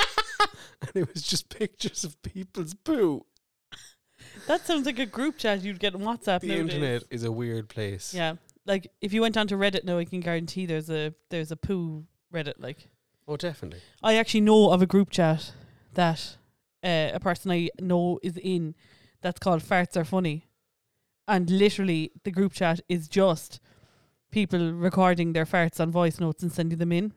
and it was just pictures of people's poo. That sounds like a group chat you'd get on WhatsApp. The nowadays. internet is a weird place. Yeah, like if you went onto Reddit now, I can guarantee there's a there's a poo Reddit. Like Oh, definitely. I actually know of a group chat that uh, a person I know is in that's called farts are funny, and literally the group chat is just people recording their farts on voice notes and sending them in.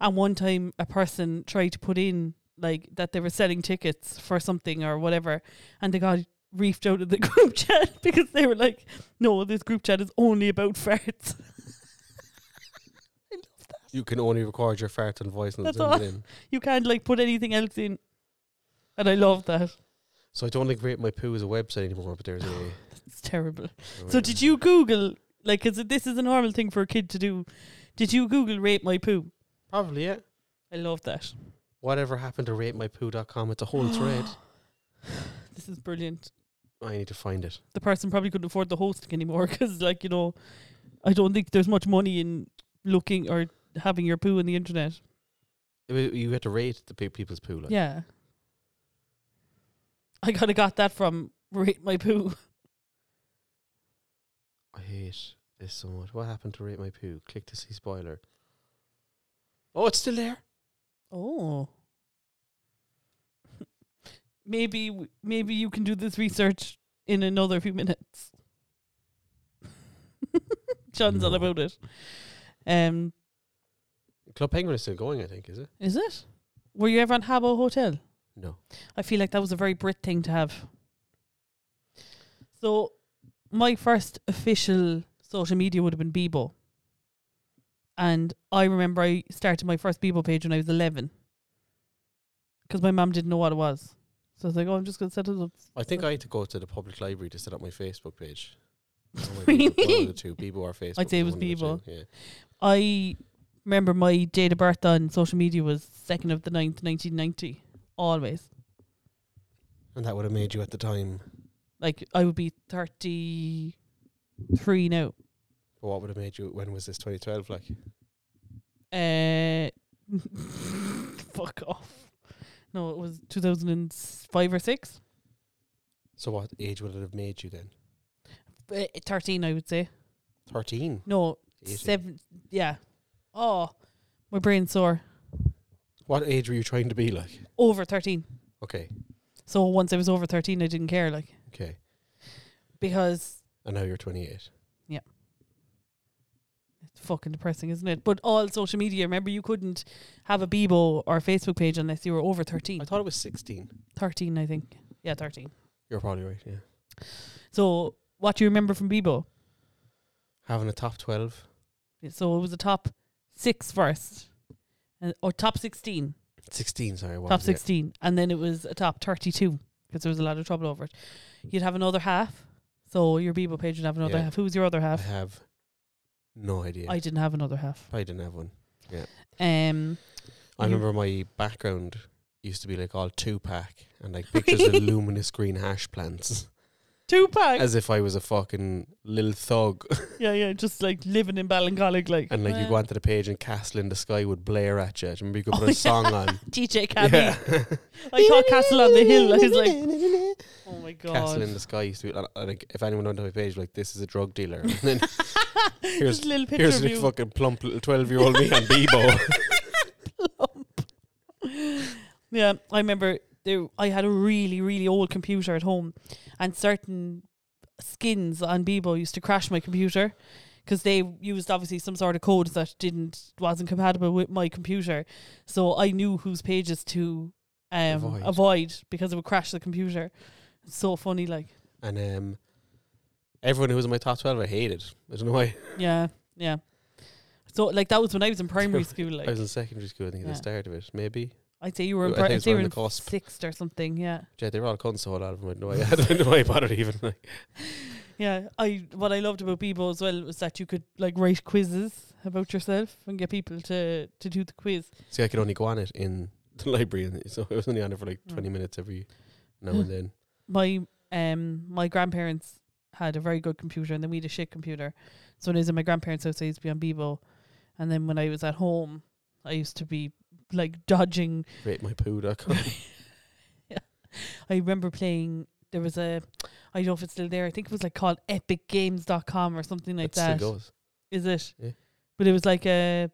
And one time, a person tried to put in like that they were selling tickets for something or whatever, and they got reefed out of the group chat because they were like, "No, this group chat is only about farts." I love that. You can only record your fart and voice notes That's all. and in. You can't like put anything else in. And I love that. So I don't think Rate My Poo is a website anymore, but there's a. It's terrible. So did you Google like cuz this is a normal thing for a kid to do. Did you Google rape my poo? Probably, yeah. I love that. Whatever happened to RateMyPoo.com? It's a whole thread. This is brilliant. I need to find it. The person probably couldn't afford the hosting anymore cuz like you know I don't think there's much money in looking or having your poo on the internet. I mean, You had to rate the pe- people's poo. Like. Yeah. I kind of got that from rape my poo. I hate this so much. What happened to Rate My Poo? Click to see spoiler. Oh, it's still there. Oh. Maybe w- maybe you can do this research in another few minutes. John's all No. about it. Um, Club Penguin is still going, I think, is it? is it? Were you ever on Habbo Hotel? No. I feel like that was a very Brit thing to have. So, my first official social media would have been Bebo. And I remember I started my first Bebo page when I was 11 because my mum didn't know what it was. So, I was like, oh, I'm just going to set it up. I think I had to go to the public library to set up my Facebook page. Or maybe it was One of Really? the two, Bebo or Facebook. I'd say it was was one of the two, Yeah. I remember my date of birth on social media was 2nd of the ninth, 1990. Always. And that would have made you at the time. Like, I would be 33 now. But what would have made you? When was this? 2012? Like, Uh, fuck off. No, it was 2005 or 6. so what age would it have made you then? Uh, 13, I would say. 13. No, 18. seven. Yeah. Oh, my brain's sore. What age were you trying to be like? Over 13. Okay. So once I was over 13, I didn't care, like, Okay. because And now you're 28. it's fucking depressing, isn't it? But all social media, remember, you couldn't have a Bebo or a Facebook page unless you were over 13. I thought it was 16. 13, I think. Yeah, 13. You're probably right. Yeah. So what do you remember from Bebo? Having a top 12. So it was a top six first, and, or top 16, 16, sorry. what top was it? 16, and then it was a top 32 because there was a lot of trouble over it. You'd have another half, so your Bebo page would have another Yeah. half. Who was your other I half? have no idea. I I didn't have another half. probably didn't have one. Um, I You- remember my background used to be like all two pack and like pictures of luminous green hash plants. Tupac. As if I was a fucking little thug. yeah, yeah, just like living in Ballincollig, like uh, And like you go onto the page and Castle in the Sky would blare at you. Do you remember you could put a song on. DJ Oh, Cabby. Yeah. I saw Castle on the Hill. I was like, oh my god, Castle in the Sky used to be like, like if anyone went onto my page like this is a drug dealer. And then Just here's a little picture here's of the you. fucking plump little twelve year old me on Bebo. Yeah, I remember there. I had a really, really old computer at home, and certain skins on Bebo used to crash my computer because they used obviously some sort of code that didn't wasn't compatible with my computer. So I knew whose pages to um, Avoid. avoid. because it would crash the computer. It's so funny, like and um everyone who was in my top twelve I hated. I don't know why. yeah, yeah. So like that was when I was in primary school. I Like was in secondary school, I think, at Yeah. the start of it, maybe. I'd say you were in, I pri- think it I'd was say you around were in the cusp. sixth or something. Yeah. Yeah, they were all cunts, so a lot of them had no idea, had no idea about it even. Like, Yeah, I what I loved about Bebo as well was that you could like write quizzes about yourself and get people to to do the quiz. see, I could only go on it in the library, and so I was only on it for like Mm. 20 minutes every now and then. My um my grandparents had a very good computer and then we had a shit computer. So when I was in my grandparents' house, I used to be on Bebo, And then when I was at home, I used to be like dodging. RateMyPoo.com. I remember playing. There was a, I don't know if it's still there. I think it was like called EpicGames.com or something like it that. still goes. Is it? Yeah. But it was like a,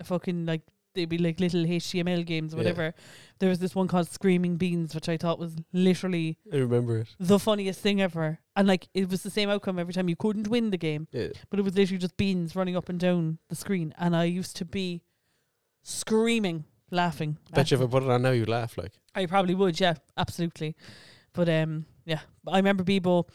a fucking like they'd be like little HTML games or Yeah. whatever. There was this one called Screaming Beans, which I thought was literally I remember it. the funniest thing ever. And like it was the same outcome every time. You couldn't win the game, Yeah. but it was literally just beans running up and down the screen. And I used to be screaming, laughing. Bet you if at- I put it on now, you laugh like. I probably would, yeah, absolutely. But um, yeah, I remember Bebo.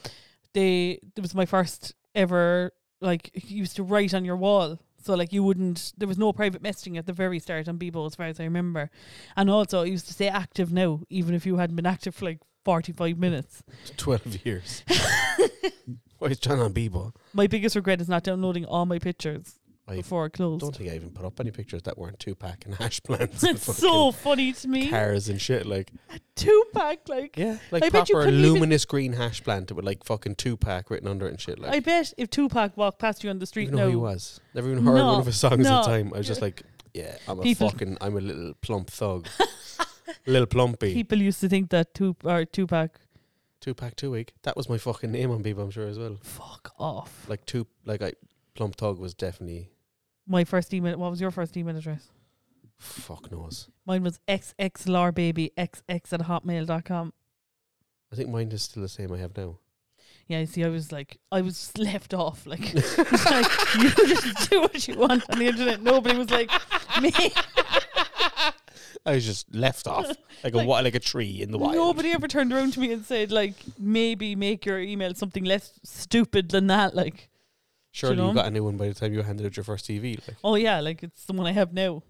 They it was my first ever like you used to write on your wall. So like you wouldn't there was no private messaging at the very start on Bebo as far as I remember. And also it used to say active now, even if you hadn't been active for like forty five minutes. 12 years. Why is John on Bebo? My biggest regret is not downloading all my pictures I before it closed. don't think I even put up any pictures that weren't two pack and hash plants. and That's so funny to fucking me. Cars and shit. Like, Two pack like yeah, like I bet you proper couldn't even- luminous green hash plant with like fucking two pack written under it and shit. Like, I bet if Tupac walked past you on the street even know who he now, was. Never even heard No, one of his songs no. at the time. I was just like, yeah, I'm a People- fucking, I'm a little plump thug, little plumpy. people used to think that Tup- or Tupac two pack, two week. That was my fucking name on Bebo, I'm sure as well. Fuck off. Like two, like I plump thug was definitely My first email. What was your first email address? fuck knows. Mine was xxlarbaby xx at hotmail dot com. I think mine is still the same I have now. Yeah, you see, I was like, I was just left off. Like, it's like you just do what you want on the internet. Nobody was like me. I was just left off like a Like, wi- like a tree in the wild. Nobody ever turned around to me and said, like, maybe make your email something less stupid than that. Like, Surely you know? you got a new one by the time you handed out your first TV. Like oh yeah, like it's the one I have now.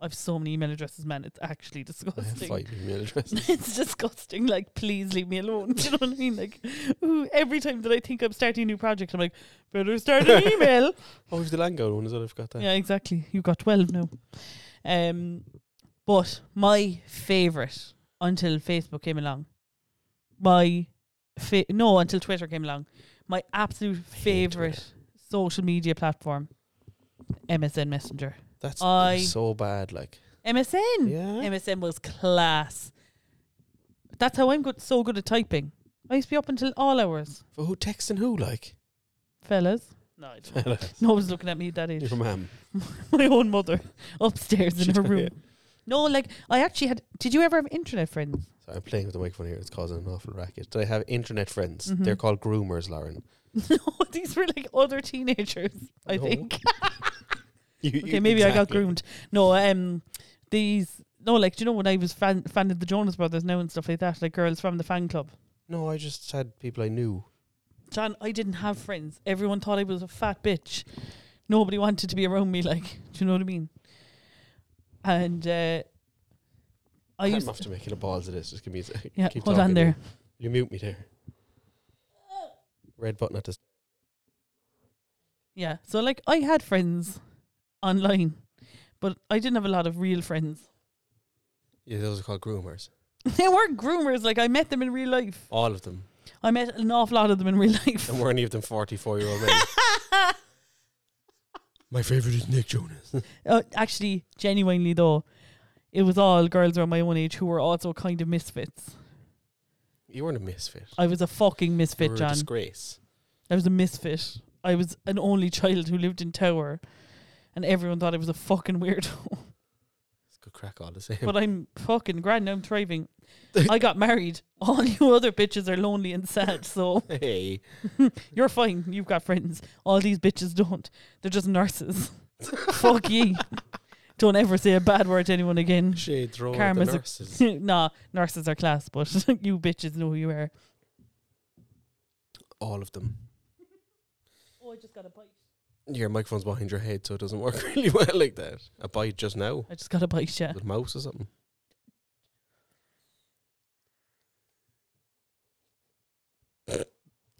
I've so many email addresses, man. It's I actually have disgusting. five email addresses. it's disgusting. Like, please leave me alone. Do you know what I mean? Like, ooh, every time that I think I'm starting a new project, I'm like, better start an email. Oh, we've the Lango one as well. I've got that. yeah, exactly. You've got 12 now. Um, but my favorite until Facebook came along, my fa- no, until Twitter came along, my absolute hate Twitter. favorite social media platform, MSN Messenger. That's I- Hmm. so bad. Like MSN. yeah, MSN was class. That's how I'm good, so good at typing. I used to be up until all hours, for who texting who? Like fellas. No, I don't. no one's looking at me at that age. your mum. My own mother upstairs She in her did, room. yeah. No, like I actually had. Did you ever have internet friends? Sorry, I'm playing with the microphone here. It's causing an awful racket. Did I have internet friends? Mm-hmm. They're called groomers, Lauren. no, these were like other teenagers. I No. think. You- you- Okay, maybe I got exactly. groomed. No, um, these. No, like do you know when I was fan fan of the Jonas Brothers now and stuff like that, like girls from the fan club. No, I just had people I knew. John, I didn't have friends. Everyone thought I was a fat bitch. Nobody wanted to be around me. Like, do you know what I mean? And uh, I I am used off to making the balls of this. Just give me a sec. yeah. Keep Hold on talking. there. You mute me there. Red button at this. Yeah. So like, I had friends online, but I didn't have a lot of real friends. Yeah, those are called groomers. they weren't groomers. Like, I met them in real life. All of them. I met an awful lot of them in real life. And were any of them 44 year old men? My favourite is Nick Jonas. Uh, actually, genuinely though, it was all girls around my own age who were also kind of misfits. you weren't a misfit. I was a fucking You misfit, were a John. disgrace. I was a misfit. I was an only child who lived in Tower, and everyone thought I was a fucking weirdo. It's good crack all the same. but I'm fucking grand. now I'm thriving. I got married. All you other bitches are lonely and sad. So hey. you're fine. You've got friends. All these bitches don't. They're just nurses. Fuck ye. Don't ever say a bad word to anyone again. Shade throw at the Karma's a- nurses. nah, nurses are class, but you bitches know who you are. all of them. Oh, I just got a bite. Your microphone's behind your head, so it doesn't work really well like that. A bite just now I just got a bite, yeah. with mouse or something.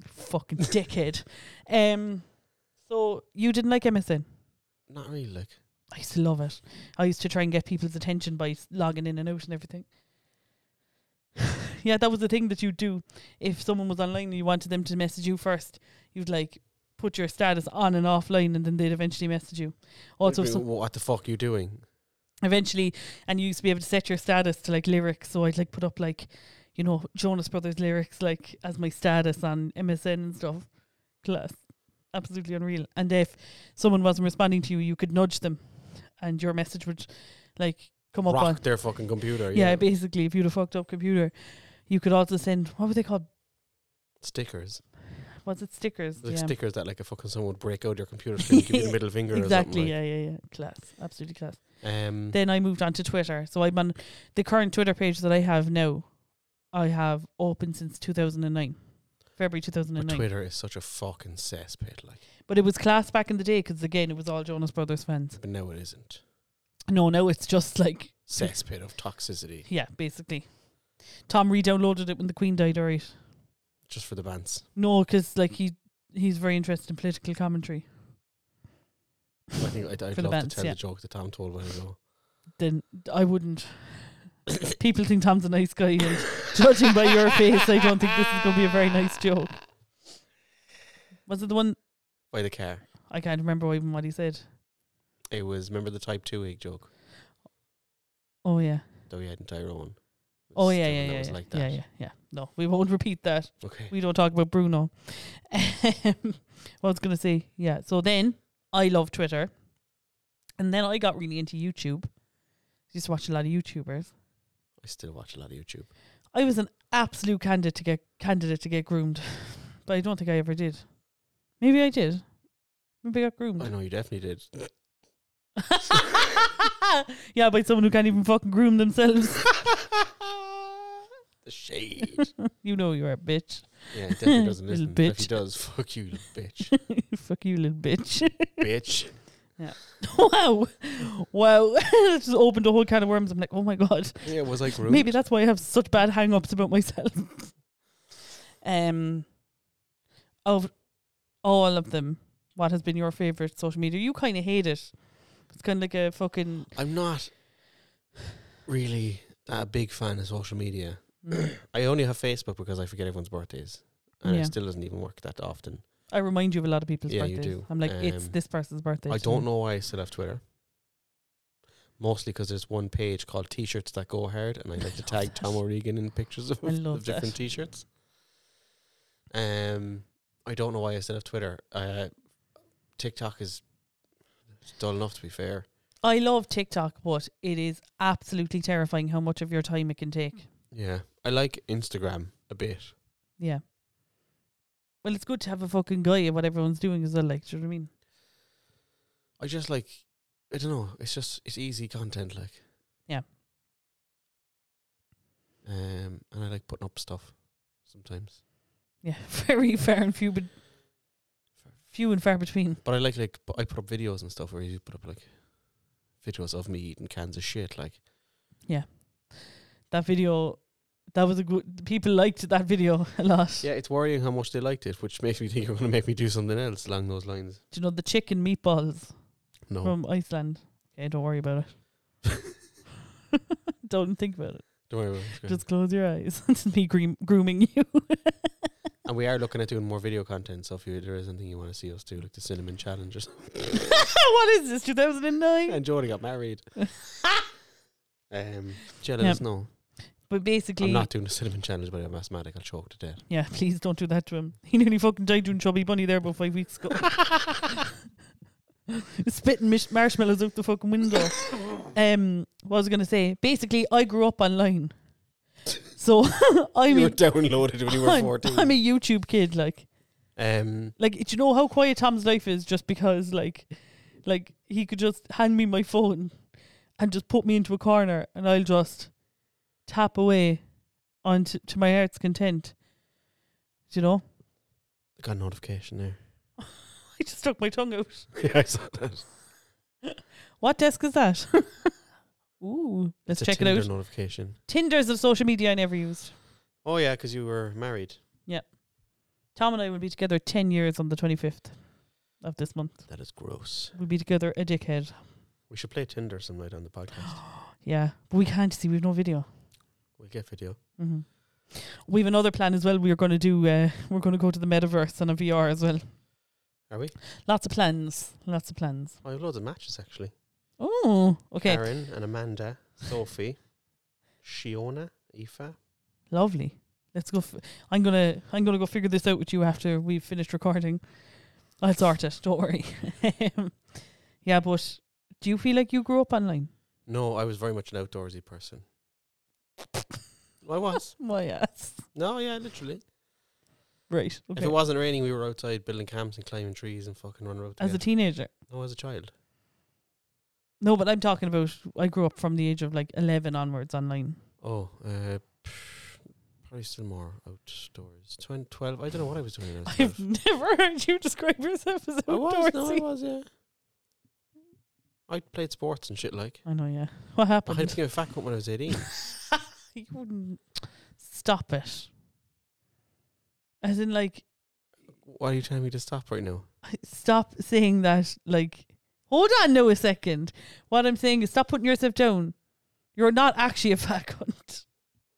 Fucking dickhead. Um, so you didn't like MSN? Not really, like. I used to love it. I used to try and get people's attention by s- logging in and out and everything. yeah, that was the thing that you'd do if someone was online and you wanted them to message you first. You'd like put your status on and offline, and then they'd eventually message you. Oh, Also, Wait, some, what the fuck are you doing? eventually, and you used to be able to set your status to like lyrics. So I'd like put up like, you know, Jonas Brothers lyrics like as my status on MSN and stuff. Class, absolutely unreal. And if someone wasn't responding to you, you could nudge them, and your message would like come up Rock on their fucking computer. yeah, Yeah, basically, if you'd have fucked up computer, you could also send what were they called? stickers. Was it stickers? Like yeah. stickers that like a fucking someone would break out your computer screen, and give you the middle finger. Exactly. Or Yeah, yeah, yeah. Class. Absolutely class. something like. Um. Then I moved on to Twitter. So I'm on the current Twitter page that I have now. I have open since 2009, February but 2009. Twitter is such a fucking cesspit. Like, But it was class back in the day because again, it was all Jonas Brothers fans. but now it isn't. No, now it's just like Cesspit of toxicity, yeah, basically. Tom re-downloaded it when the Queen died. All right. just for the bands. No, because like he he's very interested in political commentary. I think I'd, I'd For the love bands, to tell yeah. the joke that Tom told when I go. then I wouldn't. People think Tom's a nice guy, and judging by your face, I don't think this is going to be a very nice joke. Was it the one? By the car. I can't remember even what he said. It was remember the type two egg joke Oh yeah. that we had in Tyrone. Oh It's yeah, the yeah, one that yeah, was yeah, like yeah, that. yeah, yeah. No, we won't repeat that. Okay. We don't talk about Bruno. what I was gonna say, yeah. So then I love Twitter, and then I got really into YouTube. Used to watch a lot of YouTubers. I still watch a lot of YouTube. I was an absolute candidate to get candidate to get groomed, but I don't think I ever did. Maybe I did. Maybe I got I groomed. know you definitely did. yeah, by someone who can't even fucking groom themselves. the shade. you know you're a bitch. yeah, he definitely doesn't Little listen. But If he bitch. does, fuck you, little bitch. Fuck you, little bitch. bitch. wow, wow. That just opened a whole can of worms. I'm like, oh my god. Yeah, was I groomed? Maybe that's why I have such bad hang-ups about myself. um, of all of them, what has been your favorite social media? You kind of hate it. It's kind of like a fucking. I'm not really a big fan of social media. Mm. I only have Facebook because I forget everyone's birthdays. And Yeah. it still doesn't even work that often. I remind you of a lot of people's Yeah, you birthdays. do. I'm like, it's Um, this person's birthday. I today. don't know why I still have Twitter. Mostly because there's one page called T-shirts that go hard, and I like to love tag that. Tom O'Regan in pictures of, I love of different that. T-shirts. Um, I don't know why I still have Twitter. Uh, TikTok is it's dull enough to be fair. I love TikTok, but it is absolutely terrifying how much of your time it can take. Yeah, I like Instagram a bit. Yeah. Well, it's good to have a fucking guy at what everyone's doing as well. Like, do you know what I mean? I just like I don't know. It's just it's easy content, like Yeah. Um, and I like putting up stuff sometimes. Yeah, very fair and few, but few and far between. But I like like p- I put up videos and stuff where you put up like videos of me eating cans of shit. Like that video that was a good people liked that video a lot yeah, it's worrying how much they liked it, which makes me think you're going to make me do something else along those lines. do you know the chicken meatballs No, from iceland okay don't worry about it don't think about it don't worry. About it. it's grand. just close your eyes it's me groom- grooming you and we are looking at doing more video content. So if you, there is anything you want to see us do, like the cinnamon challenge, or something. what is this 2009 and Jordan got married. um, Jenna, Yeah. let us know. but basically I'm not doing the cinnamon challenge, but I'm asthmatic. I'll choke to death. yeah please don't do that to him he nearly fucking died doing chubby bunny there about five weeks ago spitting mish- marshmallows out the fucking window um what was i gonna say basically i grew up online so i you mean were downloaded when you were I'm, 14. I'm a YouTube kid. Like, um, like do you know how quiet Tom's life is? Just because, like, like he could just hand me my phone and just put me into a corner, and I'll just tap away onto to my heart's content. Do you know? got a notification there. I just stuck my tongue out. yeah, I saw that. What desk is that? Ooh, It's let's a check Tinder it out. Notification. Tinder's a social media I never used. Oh yeah, because you were married. Tom and I will be together ten years on the twenty fifth of this month. That is gross. We'll be together a dickhead. We should play Tinder some night on the podcast. Yeah, but we can't see. We've no video. We'll get video. hmm We have another plan as well. We're going to do. Uh, we're going to go to the metaverse on a VR as well. Are we? Lots of plans. Lots of plans. I have loads of matches actually. Oh, okay. Karen and Amanda, Sophie, Shiona, Aoife. Lovely. Let's go. F- I'm gonna. I'm gonna go figure this out with you after we've finished recording. I'll sort it. Don't worry. yeah, but do you feel like you grew up online? No, I was very much an outdoorsy person. I was. My ass. No, yeah, literally. Right. If Okay. it wasn't raining, we were outside building camps and climbing trees and fucking running around. As a together. teenager. no, as a child. No, but I'm talking about. I grew up from the age of like 11 onwards online. Oh, uh, pff, probably still more outdoors. 20, 12, I don't know what I was doing. When I was 12. I've never heard you describe yourself as I was, no, I outdoorsy. was, yeah. I played sports and shit like. I know. Yeah. I What had happened? to give a fat cunt when I was 18. you wouldn't stop it. As in, like, Why are you telling me to stop right now? stop saying that. Like, hold on, no, a second. What I'm saying is, stop putting yourself down. You're not actually a fat cunt.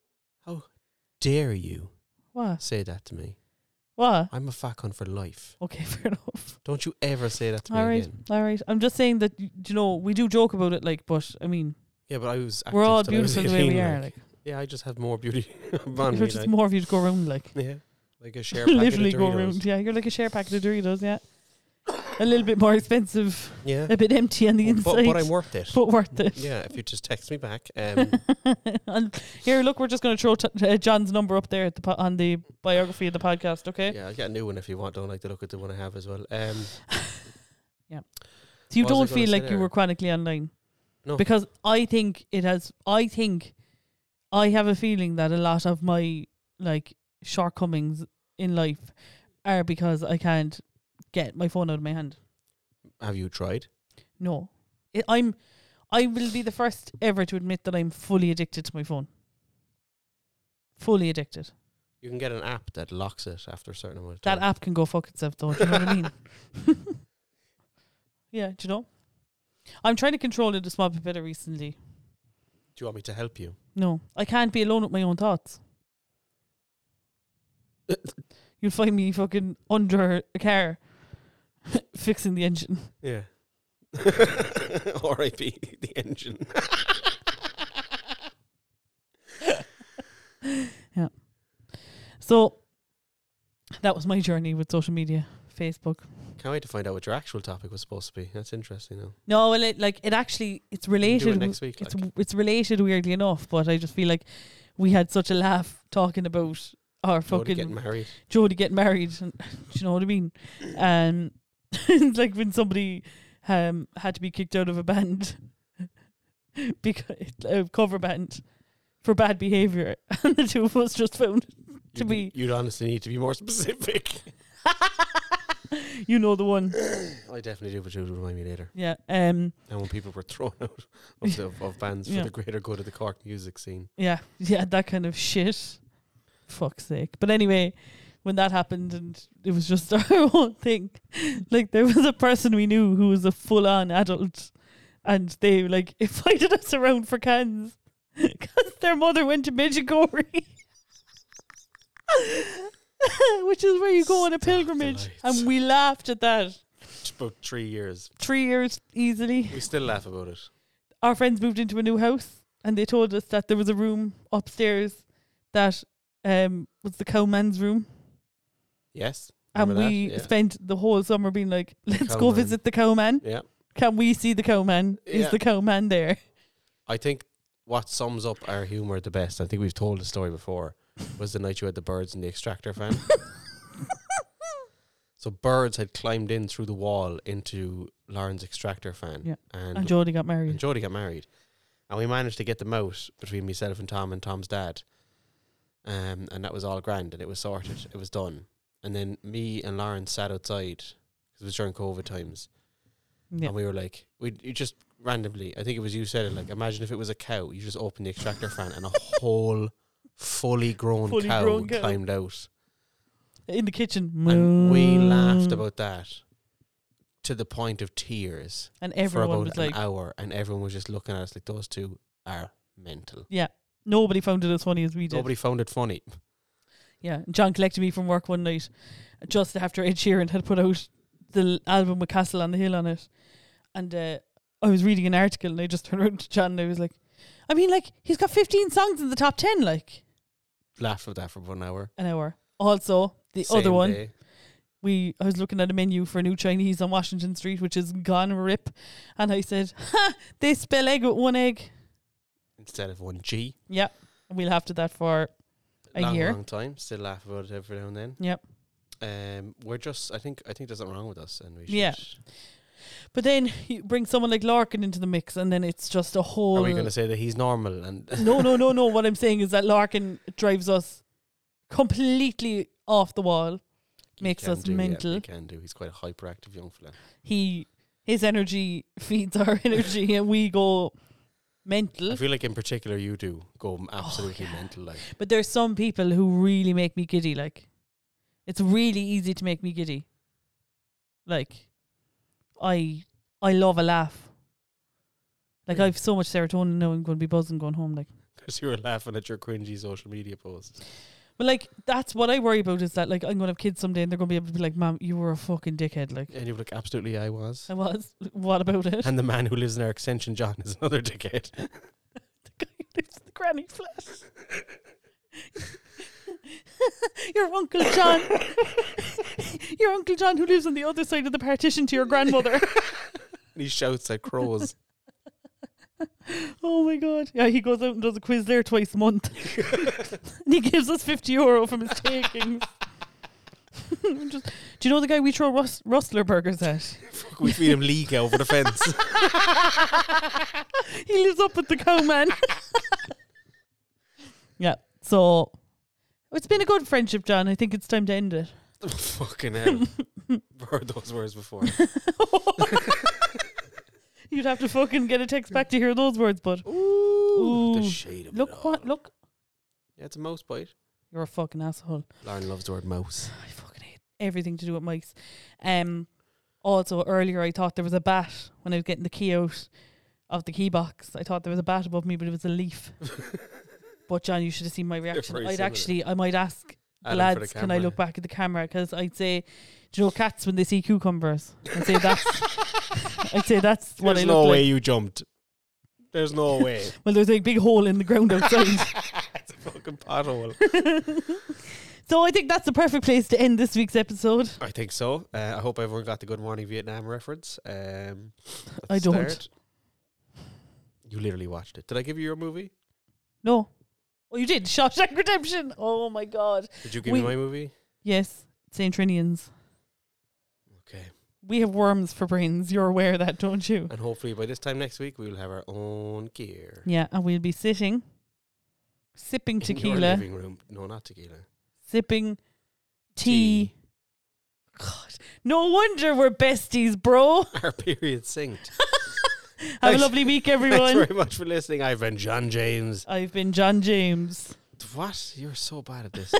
Dare you What? say that to me? What? I'm a fat cunt for life. Okay, fair enough. Don't you ever say that to me All right, again. all right. I'm just saying that y- you know we do joke about it, like, but I mean, Yeah, but I was. we're active all till I was beautiful the way 18, we are. Like, Yeah, I just have more beauty like on me. you're just Like, more of you to go around, like, yeah, like a share packet literally of go Doritos. around. Yeah, you're like a share packet of Doritos. Yeah, a little bit more expensive, Yeah, a bit empty on the but, inside, but I'm worth it. but worth it. Yeah, if you just text me back. Um, And here, look, we're just going to throw t- uh, John's number up there at the po- on the biography of the podcast. Okay, yeah, I'll get a new one if you want. Don't like to look at the one I have as well. Um, so What you was I don't gonna feel say like you there? were chronically online. No. because I think it has. I think I have a feeling that a lot of my like shortcomings in life are because I can't get my phone out of my hand. have you tried? No, I I'm. I will be the first ever to admit that I'm fully addicted to my phone. Fully addicted. You can get an app that locks it after a certain amount of time. That app can go fuck itself, though. Do you know what I mean? yeah, do you know? I'm trying to control it a small bit better recently. Do you want me to help you? No, I can't be alone with my own thoughts. You'll find me fucking under a car fixing the engine. Yeah. R.I.P. the engine. So that was my journey with social media, Facebook. Can't wait to find out what your actual topic was supposed to be. That's interesting, though. No, well, it, like it actually it's We can Do related. it w- next week. it's like. it's related weirdly enough, but I just feel like we had such a laugh talking about our Jodie fucking getting married. Jody getting married. And, do you know what I mean? Um, it's like when somebody um had to be kicked out of a band because a cover band for bad behavior, and the two of us just found to You'd- be- You'd honestly need to be more specific. you know the one. I definitely do, but you will remind me later. Yeah. Um. And when people were thrown out of, the, of bands for Yeah. the greater good of the Cork music scene. Yeah. Yeah. That kind of shit. Fuck's sake. But anyway. When that happened, and it was just our own thing, like there was a person we knew who was a full-on adult, and they like invited us around for cans, because their mother went to Medjugorje, which is where you go on a Stop the pilgrimage. lights. And we laughed at that. It's about three years. Three years easily. We still laugh about it. Our friends moved into a new house and they told us that there was a room upstairs that um was the cowman's room. Yes. And Remember that? we Yeah. spent the whole summer being like, let's go cowman. visit the cowman. Yeah. Can we see the cowman? Is Yeah. the cowman there? I think what sums up our humour the best, I think we've told the story before, was the night you had the birds in the extractor fan. so birds had climbed in through the wall into Lauren's extractor fan. Yeah. And, And Jody got and married. Jody got married. And we managed to get them out between myself and Tom and Tom's dad. Um, and that was all grand and it was sorted. It was done. And then me and Lauren sat outside because it was during COVID times. Yeah. And we were like, we you just randomly, I think it was you said it, like, imagine if it was a cow, you just open the extractor fan and a whole fully grown, Fully cow, grown cow. climbed out. In the kitchen. Mm. And we laughed Moo. about that to the point of tears And for everyone about an was like, hour. And everyone was just looking at us like, those two are mental. nobody found it as funny as we did. Nobody found it funny. Yeah, John collected me from work one night, just after Ed Sheeran had put out the l- album with Castle on the Hill on it, and uh, I was reading an article and I just turned around to John and I was like, I mean, like he's got fifteen songs in the top ten, like Laughed at that for one hour. an hour. Also, the other Same one day. we I was looking at a menu for a new Chinese on Washington Street, which is gone rip, and I said, "Ha! They spell egg with one egg." instead of one G. Yep, and we'll have to that for a long, year. long time. Still laugh about it every now and then. Yep. Um, we're just. I think. I think there's something wrong with us, and we should. Yeah. But then you bring someone like Larkin into the mix, and then it's just a whole. Are we going to say that he's normal and no, no, no, no. What I'm saying is that Larkin drives us completely off the wall. Makes can us do, yeah, mental. he can do. He's quite a hyperactive young fella. He his energy feeds our energy, and we go mental. I feel like, in particular, you do go m- absolutely Oh, yeah. mental. Like But there's some people who really make me giddy. Like, it's really easy to make me giddy. Like, I I love a laugh. Like Yeah. I've so much serotonin now. I'm going to be buzzing going home. Like, because you were laughing at your cringy social media posts. but like that's what I worry about is that like I'm going to have kids someday and they're going to be able to be like, "Mom, you were a fucking dickhead." Like And you were like, absolutely, I was. I was. What about it? And the man who lives in our extension, John, is another dickhead. the guy who lives in the granny flat. your uncle John. your uncle John who lives on the other side of the partition to your grandmother. And he shouts at crows. Oh my god. Yeah, he goes out and does a quiz there twice a month. and he gives us 50 euro from his takings. I'm just- do you know the guy we throw rus- rustler burgers at? Fuck, we feed him leek over the fence. He lives up at the cowman. yeah. So it's been a good friendship, John. I think it's time to end it. Fucking hell. I've heard those words before. You'd have to fucking get a text back to hear those words, but Ooh, the Ooh. shade of it look all. what look. Yeah, it's a mouse bite. You're a fucking asshole. Lauren loves the word mouse. I fucking hate everything to do with mice. Um, also earlier I thought there was a bat when I was getting the key out of the key box. I thought there was a bat above me, but it was a leaf. but John, you should have seen my reaction. I'd very similar. actually, I might ask Adam for the the lads, can I camera. look back at the camera? Because I'd say, do you know cats when they see cucumbers? I'd say that's, I'd say that's what There's I no look way like. you jumped. There's no way. Well, there's a big hole in the ground outside. it's a fucking pothole. so I think that's the perfect place to end this week's episode. I think so. Uh, I hope everyone got the Good Morning Vietnam reference. Um, at I the don't. start. You literally watched it. Did I give you your movie? No. Oh, you did. Shawshank Redemption. Oh my God. Did you give We- me my movie? Yes, St. Trinians. Okay. We have worms for brains. You're aware of that, don't you? And hopefully by this time next week we will have our own gear. Yeah, and we'll be sitting, In sipping your tequila, living room. No, not tequila. sipping tea. God, no wonder we're besties, bro. Our period synced. Have Thanks- a lovely week, Thanks everyone. very much for listening. I've been John James. I've been John James. What? You're so bad at this.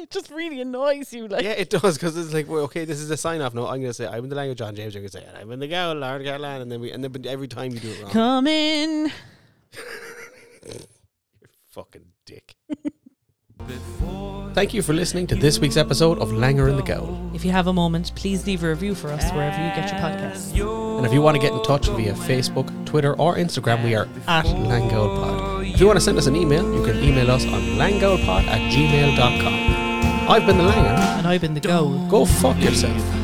It just really annoys you, like. yeah, it does because it's like, well, okay, this is a sign off. No, I'm gonna say I'm in the language John James. I'm gonna say and I'm in the gal, Lauren Caroline, and then we and then but every time you do it wrong, Come in. you're fucking dick. Thank you for listening to this week's episode of Langer and the Gowl. If you have a moment, please leave a review for us wherever you get your podcasts. And if you want to get in touch via Facebook, Twitter, or Instagram, we are at LangoldPod. If you want to send us an email, you can email us on langoldpod at gmail.com. I've been the Langer. And I've been the goal. Go fuck yourself.